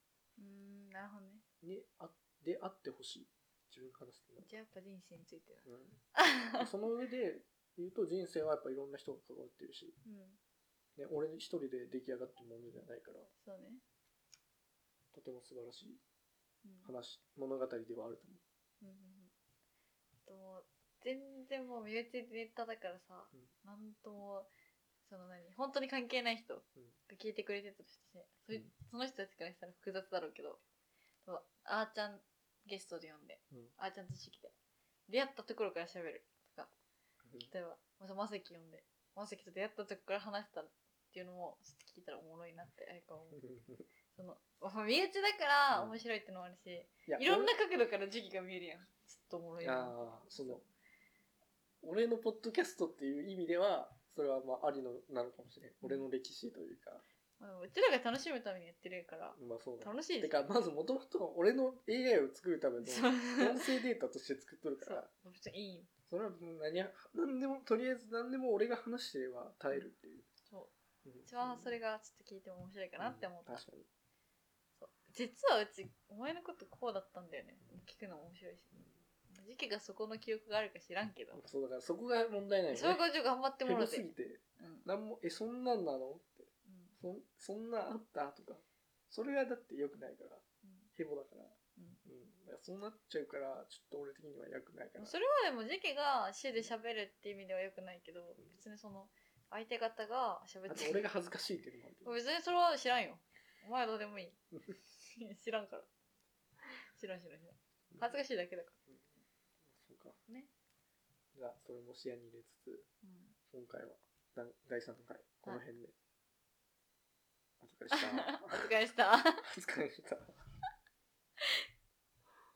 Speaker 3: ーんなるほどね
Speaker 2: にあであってほしい自分からする
Speaker 3: じゃあやっぱ人生についてだ
Speaker 2: の、
Speaker 3: (laughs)
Speaker 2: うん、その上で言うと人生はやっぱいろんな人が関わってるし、
Speaker 3: うん
Speaker 2: ね、俺一人で出来上がってるものじゃないから
Speaker 3: そうね
Speaker 2: とても素晴らしい
Speaker 3: うん
Speaker 2: 話物語ではあると思う
Speaker 3: うんうんうんもう全然もう身内ネタだからさ、
Speaker 2: うん
Speaker 3: なんともその何本当に関係ない人が聞いてくれてたとして、そい
Speaker 2: うん
Speaker 3: その人たちからしたら複雑だろうけどそうあーちゃんゲストで呼んで、
Speaker 2: うん
Speaker 3: あーちゃんとしてきて出会ったところから喋るとか例えばまさまさき呼んでまさきと出会ったとこから話したっていうのもちょっと聞いたらおもろいなってあれか思う
Speaker 2: い
Speaker 3: そのまあ身内だから
Speaker 2: うん
Speaker 3: 面白いってのもあるし、
Speaker 2: や
Speaker 3: いろんな角度から時期が見えるやんちょっとおもろい
Speaker 2: 俺
Speaker 3: な
Speaker 2: ああその俺のポッドキャストっていう意味ではそれはまあありのなのかもしれん、俺の歴史というか
Speaker 3: まあでもうちらが楽しむためにやってるから
Speaker 2: まあそうだ
Speaker 3: 楽しい
Speaker 2: て
Speaker 3: じ
Speaker 2: か
Speaker 3: ゃん
Speaker 2: まずもともと俺の AI を作るための
Speaker 3: そう
Speaker 2: 音声データとして作っとるか
Speaker 3: そ
Speaker 2: ら
Speaker 3: う別にいいよ
Speaker 2: それはもう何や何でもとりあえず何でも俺が話してれば耐えるっていう、
Speaker 3: そう
Speaker 2: うん
Speaker 3: 一番それがちょっと聞いても面白いかなって思った、
Speaker 2: うん確かに
Speaker 3: そう実はうちお前のことこうだったんだよね聞くのも面白いし時期がそこの記憶があるか知らんけど
Speaker 2: そうだからそこが問題ないよね
Speaker 3: 小学生頑張って
Speaker 2: ヘ
Speaker 3: もら
Speaker 2: ボ
Speaker 3: っ
Speaker 2: す
Speaker 3: て
Speaker 2: ぎて
Speaker 3: うんうん
Speaker 2: 何もえそんなんなのってそんそんなんあったとかそれがだって良くないから
Speaker 3: う
Speaker 2: ヘボだから,、
Speaker 3: んうん
Speaker 2: うん、だからそうなっちゃうからちょっと俺的には良くないから
Speaker 3: それはでも時期が主で喋るって意味ではよくないけど別にその相手方が喋
Speaker 2: あ
Speaker 3: っ
Speaker 2: と
Speaker 3: て
Speaker 2: 俺が恥ずかしいっていうのもあるけど
Speaker 3: 別にそれは知らんよお前はどうでもいい (laughs) 知らんから知らん知らん知らん恥ずかしいだけだか
Speaker 2: そうか。
Speaker 3: ね。
Speaker 2: じゃあ、それも視野に入れつつ、
Speaker 3: ら、
Speaker 2: 今回は、だ第3回、この辺で。お疲れ
Speaker 3: う
Speaker 2: 様
Speaker 3: (laughs) ん、お疲れした
Speaker 2: お疲れ様でした。